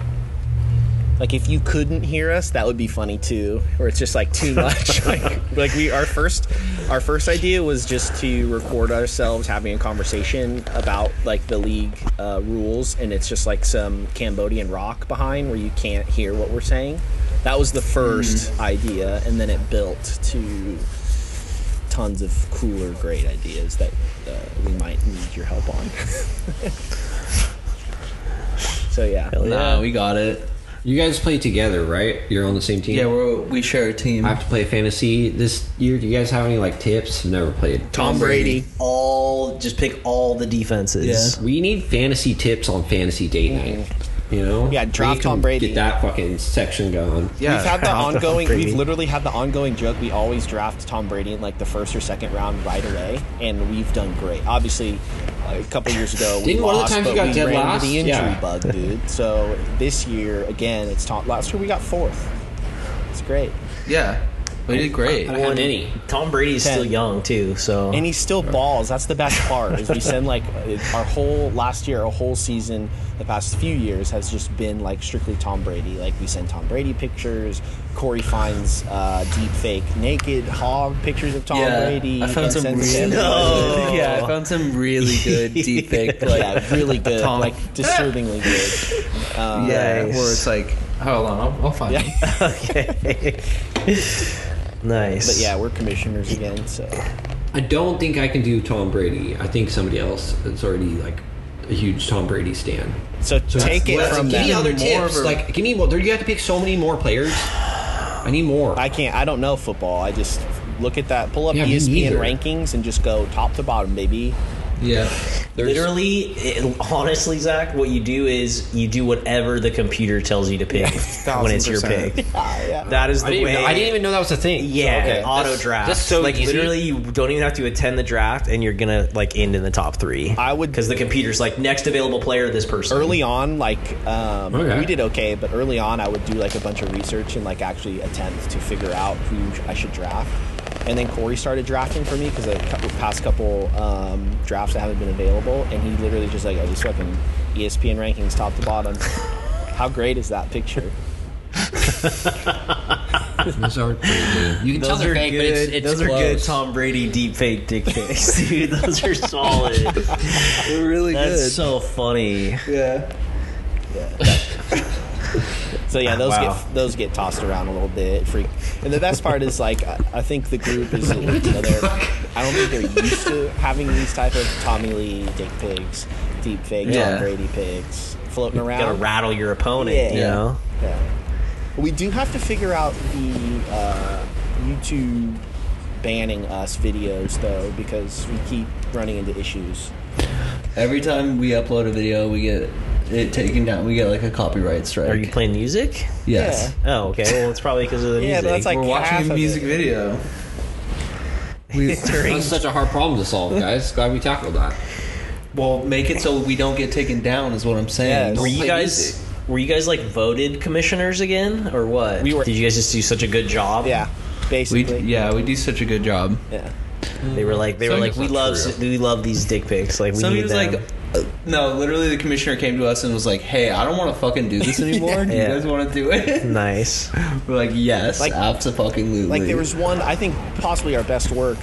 Speaker 3: like if you couldn't hear us, that would be funny too. Or it's just like too much. like like we our first our first idea was just to record ourselves having a conversation about like the league uh, rules, and it's just like some Cambodian rock behind where you can't hear what we're saying. That was the first
Speaker 1: Hmm.
Speaker 3: idea, and then it built to tons of cooler, great ideas that uh, we might need your help on. so yeah,
Speaker 2: Nah, we got it.
Speaker 4: You guys play together, right? You're on the same team.
Speaker 2: Yeah, we're, we share a team.
Speaker 4: I have to play fantasy this year. Do you guys have any like tips? I've never played.
Speaker 3: Tom Brady.
Speaker 1: all just pick all the defenses.
Speaker 4: We need fantasy tips on fantasy date night. You know,
Speaker 3: Yeah, draft
Speaker 4: We can
Speaker 3: Tom Brady.
Speaker 4: Get that fucking section going.
Speaker 2: yeah.
Speaker 3: We've had the
Speaker 1: Tom
Speaker 3: ongoing.
Speaker 1: Brady.
Speaker 3: We've literally had the ongoing joke. We always draft Tom Brady in like the first or second round right away, and we've done great. Obviously, a couple years ago, we
Speaker 4: Didn't one of the
Speaker 3: lost,
Speaker 4: times
Speaker 3: but
Speaker 4: we got
Speaker 3: we
Speaker 4: dead
Speaker 3: ran into
Speaker 4: last?
Speaker 3: the injury
Speaker 4: Yeah.
Speaker 3: bug, dude. So this year, again, it's Tom. Last year we got fourth. It's great,
Speaker 2: yeah. We did great.
Speaker 4: I haven't any.
Speaker 1: Tom Brady's
Speaker 3: Ten.
Speaker 1: still young too, so
Speaker 3: and he still balls. That's the best part. Is we send like our whole last year, our whole season, the past few years has just been like strictly Tom Brady. Like we send Tom Brady pictures. Corey finds uh, deep fake naked hog pictures of Tom
Speaker 2: yeah.
Speaker 3: Brady.
Speaker 2: I found
Speaker 3: and
Speaker 2: some
Speaker 3: sends to
Speaker 2: really
Speaker 3: everybody.
Speaker 1: No.
Speaker 2: Yeah, I found some really good deep fake like
Speaker 3: yeah, really good,
Speaker 2: Tom.
Speaker 3: like disturbingly good. Um,
Speaker 2: Yeah,
Speaker 1: Nice.
Speaker 2: where it's like hold on, I'll, I'll find
Speaker 3: Yeah.
Speaker 2: it.
Speaker 1: okay. nice.
Speaker 3: But yeah, we're commissioners again, so
Speaker 4: I don't think I can do Tom Brady. I think somebody else that's already like a huge Tom Brady stan.
Speaker 3: so, take it
Speaker 4: Well,
Speaker 3: from
Speaker 4: give me
Speaker 3: that.
Speaker 4: other
Speaker 2: more
Speaker 4: tips.
Speaker 2: of a-
Speaker 4: Like, give me more. There, you have to pick so many more players. I need more.
Speaker 3: I can't. I don't know football. I just look at that. Pull up E
Speaker 4: Yeah, me
Speaker 3: ESPN
Speaker 4: neither.
Speaker 3: rankings and just go top to bottom, baby.
Speaker 6: Yeah.
Speaker 1: Literally, it, honestly, Zach, what you do is you do whatever the computer tells you to pick when it's your
Speaker 5: percent.
Speaker 1: pick. That is the
Speaker 4: I didn't,
Speaker 1: way.
Speaker 4: even know, I didn't even know that was a thing.
Speaker 1: Yeah,
Speaker 4: Okay.
Speaker 1: auto
Speaker 4: That's-
Speaker 1: draft.
Speaker 4: That's so
Speaker 1: like
Speaker 4: easy.
Speaker 1: literally, you don't even have to attend the draft, and you're gonna like end in the top three.
Speaker 3: I would-
Speaker 1: because the computer's like next available player, this person.
Speaker 3: early on, like um,
Speaker 4: Okay.
Speaker 3: we did okay, but early on, I would do like a bunch of research and like actually attempt to figure out who I should draft. And then Corey started drafting for me because the cou- past couple um, drafts I haven't been available, and he literally just like I just fucking E ESPN rankings top to bottom. How great is that picture?
Speaker 4: Those are pretty good. You can tell
Speaker 1: Those
Speaker 4: they're
Speaker 1: are
Speaker 4: fake,
Speaker 1: good.
Speaker 4: but it's, it's
Speaker 1: Those
Speaker 4: close.
Speaker 1: are good Tom Brady deep fake dick pics, dude. Those are solid.
Speaker 2: They're really
Speaker 1: That's
Speaker 2: good.
Speaker 1: so funny.
Speaker 2: yeah.
Speaker 3: So yeah, those
Speaker 1: Wow.
Speaker 3: get those get tossed around a little bit. Freak. And the best part is like I, I think the group is you know, they're, I don't think they're used to having these type of Tommy Lee dick pigs, deep fake
Speaker 5: Yeah.
Speaker 3: Tom Brady pigs floating around.
Speaker 1: Gotta rattle your opponent,
Speaker 3: Yeah.
Speaker 1: you
Speaker 3: Yeah.
Speaker 1: know.
Speaker 3: Yeah. We do have to figure out the uh, YouTube banning us videos though because we keep running into issues.
Speaker 2: Every time we upload a video, we get it taken down. We get like a copyright strike.
Speaker 1: Are you playing music?
Speaker 2: yes.
Speaker 1: Oh, okay. Well, it's probably because of the
Speaker 3: Yeah,
Speaker 1: music.
Speaker 3: but that's like
Speaker 2: We're
Speaker 3: half
Speaker 2: watching a
Speaker 3: of
Speaker 2: music
Speaker 3: it.
Speaker 2: video. We,
Speaker 4: That's such a hard problem to solve, guys. Glad we tackled that.
Speaker 2: well, make it so we don't get taken down is what I'm saying.
Speaker 3: Yes.
Speaker 1: were
Speaker 2: Don't
Speaker 1: you
Speaker 2: play
Speaker 1: guys
Speaker 2: music.
Speaker 1: were you guys like voted commissioners again or what?
Speaker 3: We were-
Speaker 1: Did you guys just do such a good job?
Speaker 3: Yeah,
Speaker 2: We,
Speaker 3: basically.
Speaker 2: yeah, we do such a good job.
Speaker 3: yeah.
Speaker 1: They were like they were
Speaker 4: Some
Speaker 1: like
Speaker 4: of
Speaker 1: we
Speaker 4: it's
Speaker 1: love
Speaker 4: not true.
Speaker 1: we love these dick pics. Like we
Speaker 2: Somebody
Speaker 1: need
Speaker 2: was
Speaker 1: them.
Speaker 2: like, uh, no, literally the commissioner came to us and was like, hey, I don't want to fucking do this anymore. Do you
Speaker 1: Yeah.
Speaker 2: guys want to do it?
Speaker 1: nice.
Speaker 2: We're like, yes,
Speaker 3: Like-
Speaker 2: absolutely.
Speaker 3: Like there was one, I think possibly our best work.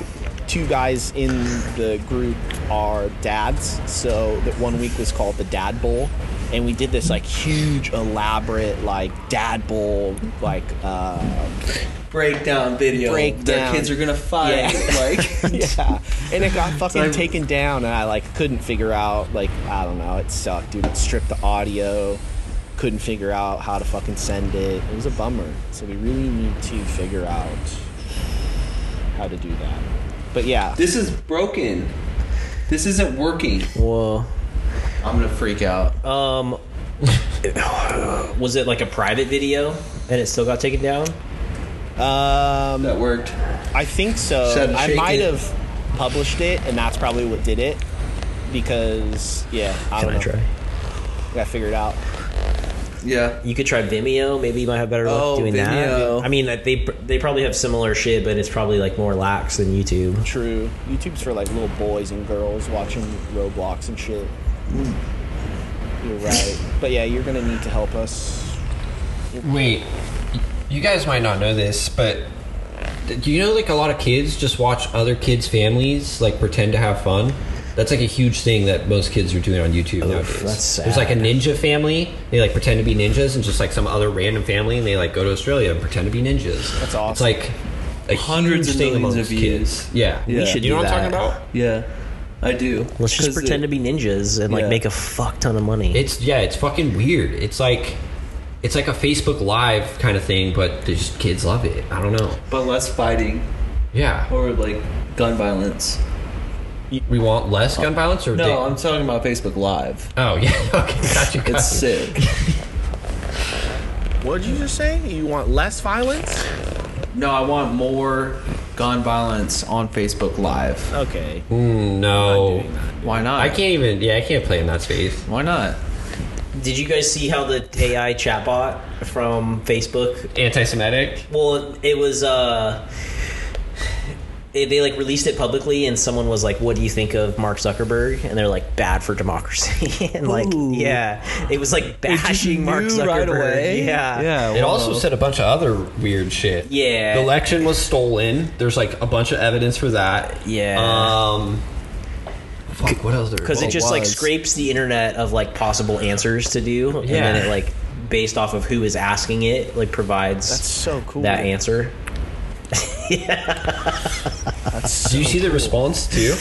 Speaker 3: Two guys in the group are dads, so that one week was called the Dad Bowl, and we did this like huge, elaborate like Dad Bowl like uh,
Speaker 2: breakdown video.
Speaker 3: Breakdown.
Speaker 2: Their kids are gonna fight.
Speaker 3: Yeah.
Speaker 2: Like,
Speaker 3: yeah, and it got fucking taken down, and I like couldn't figure out like I don't know, it sucked, dude. It stripped the audio, couldn't figure out how to fucking send it. It was a bummer. So we really need to figure out how to do that. But yeah,
Speaker 2: this is broken. This isn't working.
Speaker 1: Whoa.
Speaker 2: I'm gonna freak out.
Speaker 1: Um was it like a private video and it still got taken down?
Speaker 3: um,
Speaker 2: That worked.
Speaker 3: I think so.
Speaker 2: Said
Speaker 3: I
Speaker 2: shake
Speaker 3: might
Speaker 2: it.
Speaker 3: have published it, and that's probably what did it. Because yeah, I
Speaker 1: Can
Speaker 3: don't
Speaker 1: I
Speaker 3: know.
Speaker 1: try?
Speaker 3: I gotta figure it out.
Speaker 2: Yeah.
Speaker 1: You could try Vimeo. Maybe you might have better luck
Speaker 2: Oh,
Speaker 1: doing
Speaker 2: Vimeo.
Speaker 1: that. I mean, they they probably have similar shit, but it's probably like more lax than YouTube.
Speaker 3: True. YouTube's for like little boys and girls watching Roblox and shit.
Speaker 1: Hmm.
Speaker 3: You're right. But yeah, you're gonna need to help us.
Speaker 4: Wait, y- you guys might not know this, but d- do you know like a lot of kids just watch other kids' families like pretend to have fun? That's like a huge thing that most kids are doing on YouTube nowadays.
Speaker 1: that's
Speaker 4: There's like a
Speaker 1: sad.
Speaker 4: ninja family. They like pretend to be ninjas, and just like some other random family, and they like go to Australia and pretend to be ninjas.
Speaker 3: That's awesome.
Speaker 4: It's like a
Speaker 2: Hundreds
Speaker 4: huge
Speaker 2: of
Speaker 4: thing
Speaker 2: millions
Speaker 4: amongst
Speaker 2: of views.
Speaker 4: kids. Yeah,
Speaker 2: We should
Speaker 4: You know
Speaker 1: do
Speaker 4: what I'm
Speaker 1: that.
Speaker 4: talking about?
Speaker 2: Yeah. I do.
Speaker 1: Let's just pretend to be ninjas and like
Speaker 2: Yeah.
Speaker 1: make a fuck ton of money.
Speaker 4: It's yeah, it's fucking weird. It's like. It's like a Facebook Live kind of thing, but there's just kids love it. I don't know.
Speaker 2: But less fighting
Speaker 4: Yeah.
Speaker 2: or like gun violence.
Speaker 4: We want less gun violence or
Speaker 2: No,
Speaker 4: they-
Speaker 2: I'm talking about Facebook Live.
Speaker 4: Oh yeah, okay, gotcha. gotcha.
Speaker 2: It's sick.
Speaker 3: What did you just say? You want less violence?
Speaker 2: No, I want more gun violence on Facebook Live.
Speaker 3: Okay.
Speaker 4: Mm, no,
Speaker 2: Why not?
Speaker 4: I can't even. Yeah, I can't play in that space.
Speaker 2: Why not?
Speaker 1: Did you guys see how the AI chatbot from Facebook?
Speaker 4: Anti-Semitic.
Speaker 1: Well, it was. uh it, they like released it publicly, and someone was like, "What do you think of Mark Zuckerberg?" And they're like, "Bad for democracy." and like, yeah, it was like bashing Mark
Speaker 2: knew
Speaker 1: Zuckerberg.
Speaker 2: right away?
Speaker 1: Yeah,
Speaker 2: Yeah.
Speaker 4: It also said a bunch of other weird shit.
Speaker 1: Yeah.
Speaker 4: the election was stolen. There's like a bunch of evidence for that.
Speaker 1: Yeah.
Speaker 4: Um. Fuck. What else? oh.
Speaker 1: because it just like
Speaker 2: was.
Speaker 1: scrapes the internet of like possible answers to do, and
Speaker 4: Yeah.
Speaker 1: then it like based off of who is asking it, like provides
Speaker 3: That's so cool.
Speaker 1: that answer.
Speaker 4: Do you see the response too?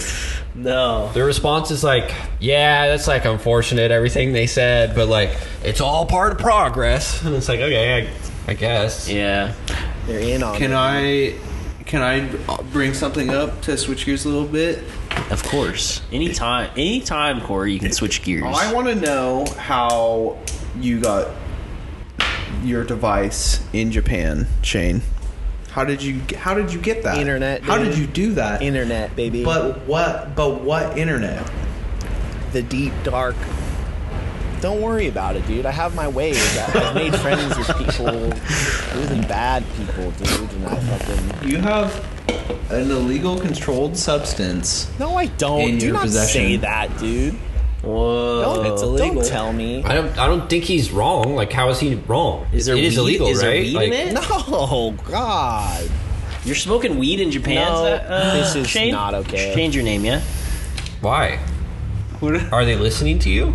Speaker 1: No,
Speaker 4: Their response is like, "Yeah, that's like unfortunate. Everything they said, but like, it's all part of progress." And it's like, okay, I, I guess.
Speaker 5: Yeah.
Speaker 3: They're in on
Speaker 2: Can
Speaker 3: it.
Speaker 2: I Can I bring something up to switch gears a little bit?
Speaker 1: Of course. Anytime, anytime, Corey, you can switch gears.
Speaker 5: Oh,
Speaker 2: I want to know how you got your device in Japan, Shane. How did you How did you get that
Speaker 3: Internet,
Speaker 2: How
Speaker 3: dude.
Speaker 2: did you do that?
Speaker 3: Internet, baby.
Speaker 2: But what? But what internet?
Speaker 3: the deep dark. Don't worry about it, dude. I have my ways. I- I've made friends with people, really bad people, dude. And I fucking
Speaker 2: You have an illegal controlled substance.
Speaker 3: no, I don't.
Speaker 2: In
Speaker 3: Do
Speaker 2: your
Speaker 3: not
Speaker 2: possession.
Speaker 3: say that, dude.
Speaker 1: Whoa.
Speaker 3: Don't,
Speaker 1: It's
Speaker 3: don't tell me.
Speaker 4: I don't. I don't think he's wrong. Like, how is he wrong?
Speaker 1: Is there
Speaker 4: it is
Speaker 1: weed-
Speaker 4: illegal,
Speaker 1: is there
Speaker 4: right?
Speaker 1: weed in
Speaker 4: like,
Speaker 1: it?
Speaker 3: No, God.
Speaker 1: You're smoking weed in Japan?
Speaker 3: No,
Speaker 1: Is that- uh,
Speaker 3: this is
Speaker 1: Shane?
Speaker 3: not okay.
Speaker 1: Change your name, yeah?
Speaker 4: Why? Are they listening to you?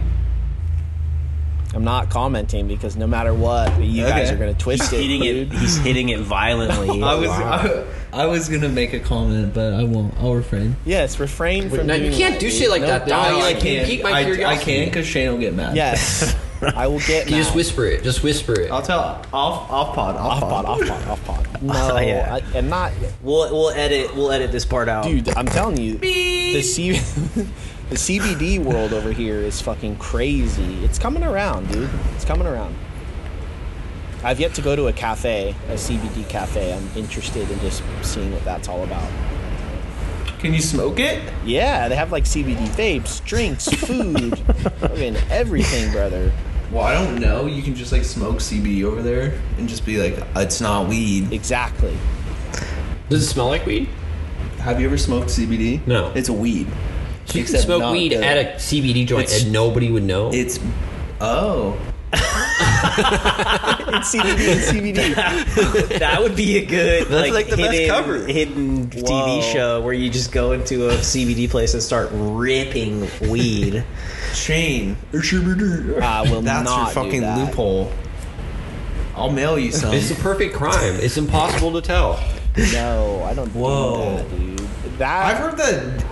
Speaker 3: I'm not commenting because no matter what, you guys
Speaker 2: Okay.
Speaker 3: are gonna twist it,
Speaker 1: Hitting it,
Speaker 3: dude.
Speaker 1: he's hitting it violently.
Speaker 6: I was I, I was gonna make a comment, but I won't. I'll refrain.
Speaker 3: Yes, refrain from.
Speaker 4: No, you
Speaker 3: doing
Speaker 4: can't
Speaker 3: that,
Speaker 4: do
Speaker 3: dude.
Speaker 4: shit like
Speaker 3: No,
Speaker 4: that.
Speaker 3: no,
Speaker 4: Dog.
Speaker 3: you
Speaker 4: Like, you
Speaker 2: can't.
Speaker 4: pique my
Speaker 2: I, I
Speaker 4: curiosity.
Speaker 2: can't because Shane will get mad.
Speaker 3: Yes, I will get.
Speaker 4: You just
Speaker 3: mad.
Speaker 4: whisper it. Just whisper it.
Speaker 2: I'll tell off off pod
Speaker 3: Off
Speaker 2: off,
Speaker 3: pod,
Speaker 2: pod.
Speaker 3: off pod, off pod. No,
Speaker 1: Oh, yeah.
Speaker 3: I, and not,
Speaker 1: we'll, we'll edit we'll edit this part out.
Speaker 3: dude. I'm telling you, the C, the CBD world over here is fucking crazy. It's coming around, dude. It's coming around. I've yet to go to a cafe, a CBD cafe. I'm interested in just seeing what that's all about.
Speaker 2: Can you smoke it?
Speaker 3: Yeah, they have like CBD vapes, drinks, food, fucking everything, brother.
Speaker 2: Well, I don't know. You can just like smoke CBD over there and just be like, it's not weed.
Speaker 3: Exactly.
Speaker 4: Does it smell like weed?
Speaker 2: Have you ever smoked CBD?
Speaker 4: No.
Speaker 2: It's a weed.
Speaker 4: So you can
Speaker 2: Except
Speaker 4: smoke
Speaker 2: not
Speaker 4: weed
Speaker 2: good.
Speaker 4: at a CBD joint
Speaker 2: It's-
Speaker 4: and nobody would know.
Speaker 2: It's oh.
Speaker 3: It's CBD, CBD.
Speaker 1: that would be a good
Speaker 2: That's, like, the best
Speaker 1: hidden,
Speaker 2: cover.
Speaker 1: hidden TV show where you just go into a CBD place and start ripping weed.
Speaker 2: Shane.
Speaker 3: I will
Speaker 2: That's
Speaker 3: not
Speaker 2: your fucking
Speaker 3: do that.
Speaker 2: loophole. I'll mail you some.
Speaker 4: It's the perfect crime. It's impossible to tell.
Speaker 3: No, I don't. do
Speaker 2: Whoa.
Speaker 3: that, dude. That
Speaker 6: I've heard that.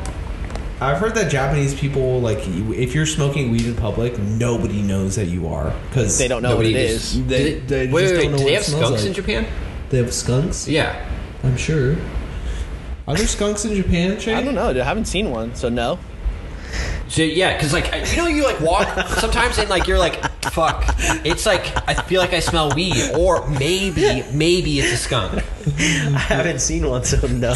Speaker 6: I've heard that Japanese people like you- if you're smoking weed in public, nobody knows that you are because
Speaker 3: they don't know
Speaker 4: Nobody
Speaker 3: what it
Speaker 4: just-
Speaker 3: is.
Speaker 6: They-
Speaker 4: Did it-
Speaker 6: they
Speaker 4: wait,
Speaker 6: just
Speaker 4: wait,
Speaker 6: don't know
Speaker 4: wait. Do
Speaker 6: what
Speaker 4: they
Speaker 6: it
Speaker 4: have
Speaker 6: smells
Speaker 4: skunks
Speaker 6: like.
Speaker 4: in Japan?
Speaker 6: They have skunks.
Speaker 4: Yeah.
Speaker 6: I'm sure. Are there skunks in Japan? Shane?
Speaker 3: I don't know. Dude, I haven't seen one, so no.
Speaker 4: So yeah, because like I- you know, you like walk sometimes and like you're like, fuck. It's like I feel like I smell weed, or maybe maybe it's a skunk.
Speaker 1: I haven't seen one, so no.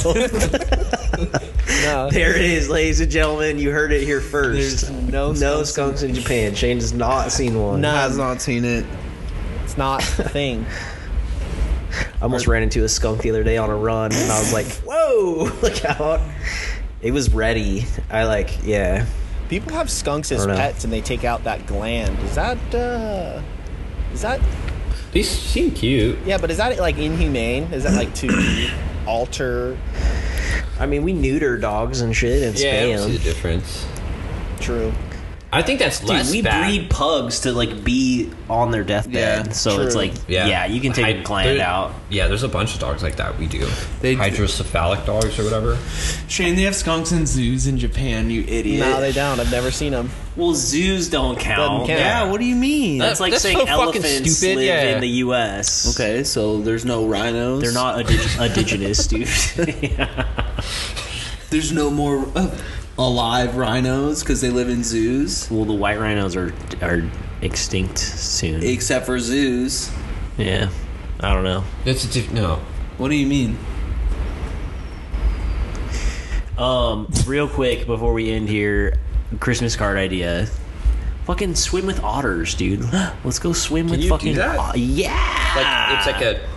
Speaker 3: No.
Speaker 1: there it is, ladies and gentlemen. You heard it here first.
Speaker 3: There's no
Speaker 1: no
Speaker 3: skunks
Speaker 1: skunks in Japan. Shane has not seen one.
Speaker 3: No.
Speaker 2: has not seen it.
Speaker 3: It's not a thing.
Speaker 1: I almost ran into a skunk the other day on a run, and I was like, "Whoa, look out!" It was ready. I like, yeah.
Speaker 3: People have skunks as
Speaker 1: don't know.
Speaker 3: pets, and they take out that gland. Is that? uh Is that?
Speaker 4: They seem cute.
Speaker 3: Yeah, but is that like inhumane? Is that like to alter?
Speaker 1: I mean, we neuter dogs and shit and
Speaker 4: Yeah, I don't see
Speaker 1: spam.
Speaker 4: the difference.
Speaker 3: True.
Speaker 4: I think that's
Speaker 1: Dude,
Speaker 4: less
Speaker 1: we
Speaker 4: bad.
Speaker 1: breed pugs to like be on their deathbed,
Speaker 2: Yeah,
Speaker 1: so
Speaker 3: true.
Speaker 1: it's like, yeah. you can take a
Speaker 4: Hy-
Speaker 1: gland
Speaker 4: there-
Speaker 1: out.
Speaker 4: Yeah, there's a bunch of dogs like that. We do.
Speaker 2: They do.
Speaker 4: hydrocephalic dogs or whatever.
Speaker 6: Shane, they have skunks in zoos in Japan. You idiot.
Speaker 3: No, they don't. I've never seen them.
Speaker 1: Well, zoos don't count.
Speaker 3: Doesn't count. Yeah,
Speaker 6: what do you mean?
Speaker 1: That's like
Speaker 4: That's
Speaker 1: saying
Speaker 4: so fucking
Speaker 1: elephants
Speaker 4: stupid,
Speaker 1: live
Speaker 4: yeah.
Speaker 1: in the U.S.
Speaker 2: Okay, so there's no rhinos.
Speaker 1: they're not adi- indigenous, dude.
Speaker 2: There's no more uh, alive rhinos because they live in zoos,
Speaker 1: Well, the white rhinos are are extinct soon.
Speaker 2: except for zoos.
Speaker 1: yeah, I don't know.
Speaker 4: That's a diff- no.
Speaker 2: What do you mean?
Speaker 1: Um, real quick before we end here, Christmas card idea. Fucking swim with otters, dude. Let's go swim with
Speaker 4: you do
Speaker 1: fucking
Speaker 4: that?
Speaker 1: o- yeah.
Speaker 4: Like it's like a.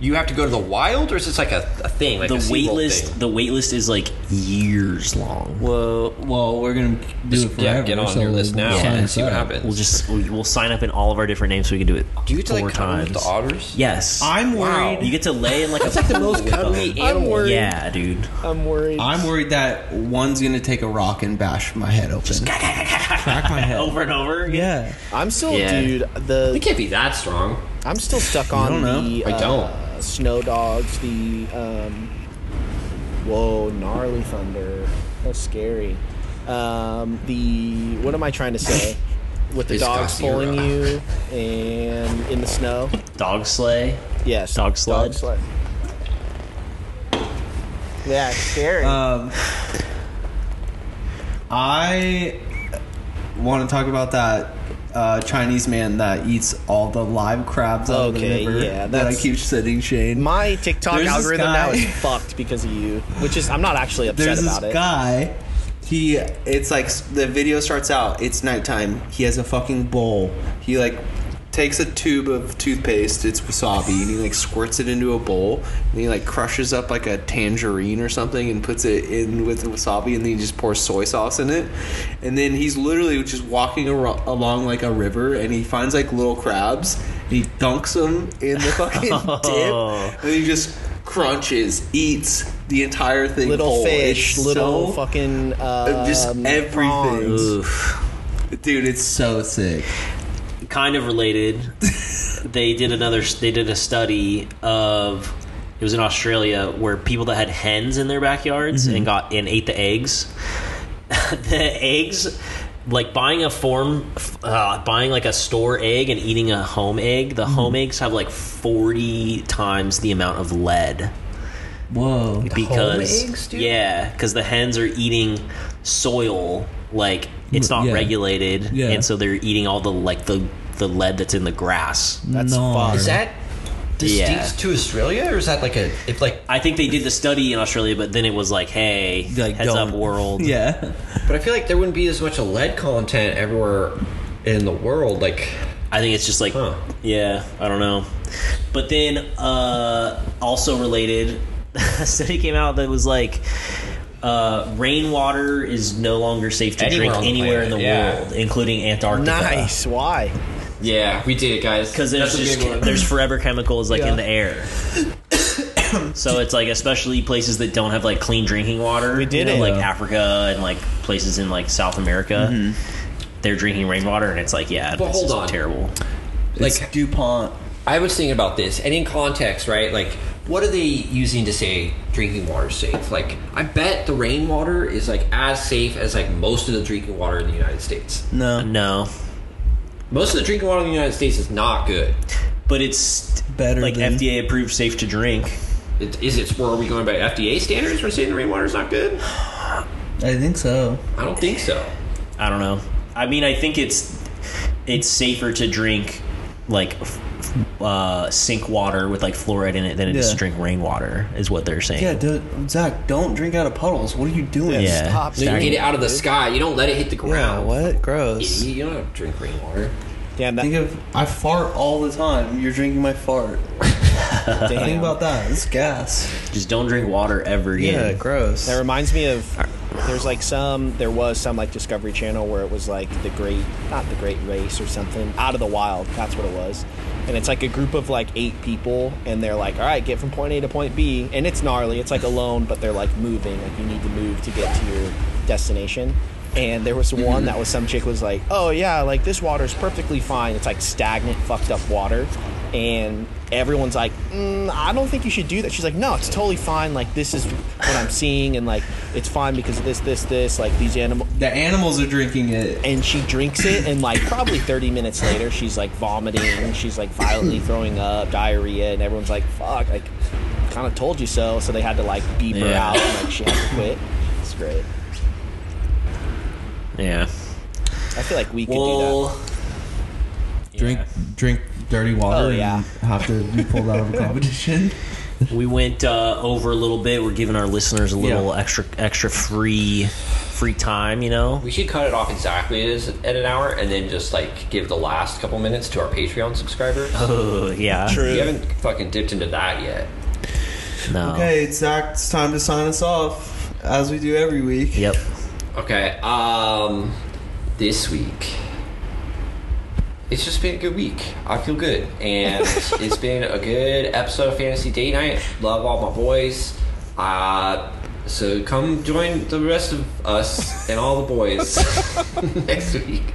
Speaker 4: You have to go to the wild, or is this like a, a thing? Like a
Speaker 1: the
Speaker 4: SeaWorld
Speaker 1: wait list.
Speaker 4: thing?
Speaker 1: The wait list is like years long.
Speaker 6: Well, well, we're gonna do it
Speaker 4: Just,
Speaker 6: forever.
Speaker 4: yeah, get on
Speaker 6: so
Speaker 4: your list
Speaker 6: we'll
Speaker 4: now
Speaker 6: sign
Speaker 4: and
Speaker 6: us
Speaker 4: see what
Speaker 6: up.
Speaker 4: happens.
Speaker 1: We'll just we- we'll sign up in all of our different names so we can do it.
Speaker 4: do you get to
Speaker 1: four
Speaker 4: like cuddle
Speaker 1: times.
Speaker 4: with the otters?
Speaker 1: Yes,
Speaker 6: I'm worried.
Speaker 1: You get to lay in like a
Speaker 4: like the most cuddly animal.
Speaker 3: worried.
Speaker 1: yeah, dude.
Speaker 3: I'm worried.
Speaker 6: I'm worried that one's gonna take a rock and bash my head open. Just crack my head.
Speaker 1: Over and over. again.
Speaker 6: Yeah.
Speaker 3: I'm still,
Speaker 1: Yeah.
Speaker 3: dude.
Speaker 4: They
Speaker 3: The
Speaker 4: can't be that strong.
Speaker 3: I'm still stuck on
Speaker 6: know.
Speaker 3: the
Speaker 4: I
Speaker 3: uh,
Speaker 4: don't.
Speaker 3: snow dogs. The um, whoa, gnarly thunder. That's scary. Um, the what am I trying to say? With the
Speaker 4: It's
Speaker 3: dogs
Speaker 4: got
Speaker 3: pulling
Speaker 4: zero.
Speaker 3: you and in the snow.
Speaker 1: Dog sleigh.
Speaker 3: Yes.
Speaker 1: Dog sled?
Speaker 3: sled. Yeah, it's scary.
Speaker 6: Um, I want to talk about that uh, Chinese man that eats all the live crabs out of
Speaker 3: Okay,
Speaker 6: the river
Speaker 3: yeah,
Speaker 6: that I
Speaker 3: that's-
Speaker 6: keep sending Shane.
Speaker 3: My TikTok
Speaker 6: There's this
Speaker 3: algorithm now
Speaker 6: guy-
Speaker 3: is fucked because of you, which is I'm not actually upset
Speaker 6: There's
Speaker 3: about
Speaker 6: this
Speaker 3: it.
Speaker 6: guy.
Speaker 2: He, it's like s- the video starts out. It's nighttime. He has a fucking bowl. He like takes a tube of toothpaste. It's wasabi, and he like squirts it into a bowl, and he like crushes up like a tangerine or something, and puts it in with the wasabi, and then he just pours soy sauce in it, and then he's literally just walking ar- along like a river, and he finds like little crabs, and he dunks them in the fucking dip, and he just crunches, eats the entire thing
Speaker 3: Little
Speaker 2: whole.
Speaker 3: fish,
Speaker 2: It's
Speaker 3: little
Speaker 2: so
Speaker 3: fucking uh,
Speaker 2: uh, just
Speaker 6: um,
Speaker 2: everything.
Speaker 3: prawns.
Speaker 1: Oof.
Speaker 2: Dude, it's so sick.
Speaker 1: Kind of related. they did another. They did a study of. It was in Australia where people that had hens in their backyards and got and ate the eggs. the eggs, like buying a form, uh, buying like a store egg and eating a home egg. The home eggs have like forty times the amount of lead.
Speaker 6: Whoa.
Speaker 1: because
Speaker 4: eggs, dude?
Speaker 1: yeah, because the hens are eating soil like it's not
Speaker 6: yeah.
Speaker 1: regulated,
Speaker 6: Yeah.
Speaker 1: and so they're eating all the like the the lead that's in the grass.
Speaker 6: That's
Speaker 4: Is that distinct
Speaker 1: Yeah.
Speaker 4: to Australia, or is that like a if like?
Speaker 1: I think they did the study in Australia, but then it was like, hey,
Speaker 6: Like,
Speaker 1: heads
Speaker 6: don't-
Speaker 1: up, world.
Speaker 6: Yeah.
Speaker 4: But I feel like there wouldn't be as much lead content everywhere in the world. Like,
Speaker 1: I think it's just like,
Speaker 4: Huh.
Speaker 1: yeah, I don't know. But then uh, also related, a study came out that was like. Uh, rainwater is no longer safe to
Speaker 4: Anywhere on
Speaker 1: drink
Speaker 4: the
Speaker 1: anywhere in the
Speaker 4: planet, yeah.
Speaker 1: world, including Antarctica.
Speaker 3: Nice. Why?
Speaker 4: yeah, we did it, guys.
Speaker 1: because there's just there's forever chemicals like in the air. so it's like especially places that don't have like clean drinking water. We
Speaker 3: did it.
Speaker 1: like
Speaker 6: Yeah.
Speaker 1: Africa and like places in like South America. They're drinking rainwater, and it's like yeah,
Speaker 4: But
Speaker 1: this
Speaker 4: hold
Speaker 1: is
Speaker 4: on.
Speaker 1: terrible.
Speaker 4: like
Speaker 6: It's DuPont.
Speaker 4: I was thinking about this, and in context, right? Like, what are they using to say drinking water is safe? Like, I bet the rainwater is like as safe as like most of the drinking water in the United States.
Speaker 6: No.
Speaker 1: Uh, No,
Speaker 4: Most of the drinking water in the United States is not good.
Speaker 1: but it's
Speaker 6: Better
Speaker 1: Like
Speaker 6: than-
Speaker 1: FDA approved, safe to drink.
Speaker 4: It, is it? Where are we going by FDA standards? We're saying the rainwater is not good.
Speaker 6: I think so.
Speaker 4: I don't think so.
Speaker 1: I don't know. I mean, I think it's it's safer to drink like f- f- uh, sink water with like fluoride in it than it is to
Speaker 6: Yeah.
Speaker 1: drink rainwater. Is what they're saying.
Speaker 6: Yeah, do, Zach, don't drink out of puddles. What are you doing?
Speaker 1: Yeah.
Speaker 3: Stop.
Speaker 4: You get it out of the sky. You don't let it hit the
Speaker 2: Yeah,
Speaker 4: ground.
Speaker 2: what? Gross.
Speaker 4: Idiot, You don't have to drink rainwater.
Speaker 3: Damn that.
Speaker 6: Think of I fart all the time. You're drinking my fart.
Speaker 3: damn.
Speaker 6: Think about that. It's gas.
Speaker 1: Just don't drink water ever
Speaker 2: Yeah,
Speaker 1: again.
Speaker 2: gross.
Speaker 3: That reminds me of there's like some there was some like Discovery Channel where it was like the great not the great race or something out of the wild that's what it was and it's like a group of like eight people and they're like all right get from point A to point B and it's gnarly it's like alone but they're like moving like you need to move to get to your destination and there was one that was some chick was like oh yeah like this water's perfectly fine it's like stagnant fucked up water and everyone's like, mm, I don't think you should do that. She's like, no, it's totally fine. Like this is what I'm seeing, and like it's fine because of this, this, this. Like these animals.
Speaker 6: The animals are drinking it.
Speaker 3: And she drinks it, and like probably 30 minutes later, she's like vomiting, she's like violently throwing up, diarrhea, and everyone's like, fuck, like kind of told you so. So they had to like beep her
Speaker 1: Yeah.
Speaker 3: out, and like she had to quit. It's great.
Speaker 1: Yeah.
Speaker 3: I feel like we could do
Speaker 1: Well,
Speaker 6: Drink drink dirty water
Speaker 3: Oh, yeah.
Speaker 6: and have to be pulled out of a competition.
Speaker 1: we went uh, over a little bit. We're giving our listeners a little
Speaker 6: Yeah.
Speaker 1: extra extra free free time. You know.
Speaker 4: We should cut it off exactly as, at an hour, and then just like give the last couple minutes to our Patreon subscribers.
Speaker 1: Oh yeah.
Speaker 4: We haven't fucking dipped into that yet.
Speaker 1: No.
Speaker 2: okay, Zach, it's time to sign us off, as we do every week.
Speaker 1: Yep.
Speaker 4: Okay. Um, this week, it's just been a good week. I feel good, and it's been a good episode of Fantasy Date Night. Love all my boys. Uh, so come join the rest of us and all the boys next week.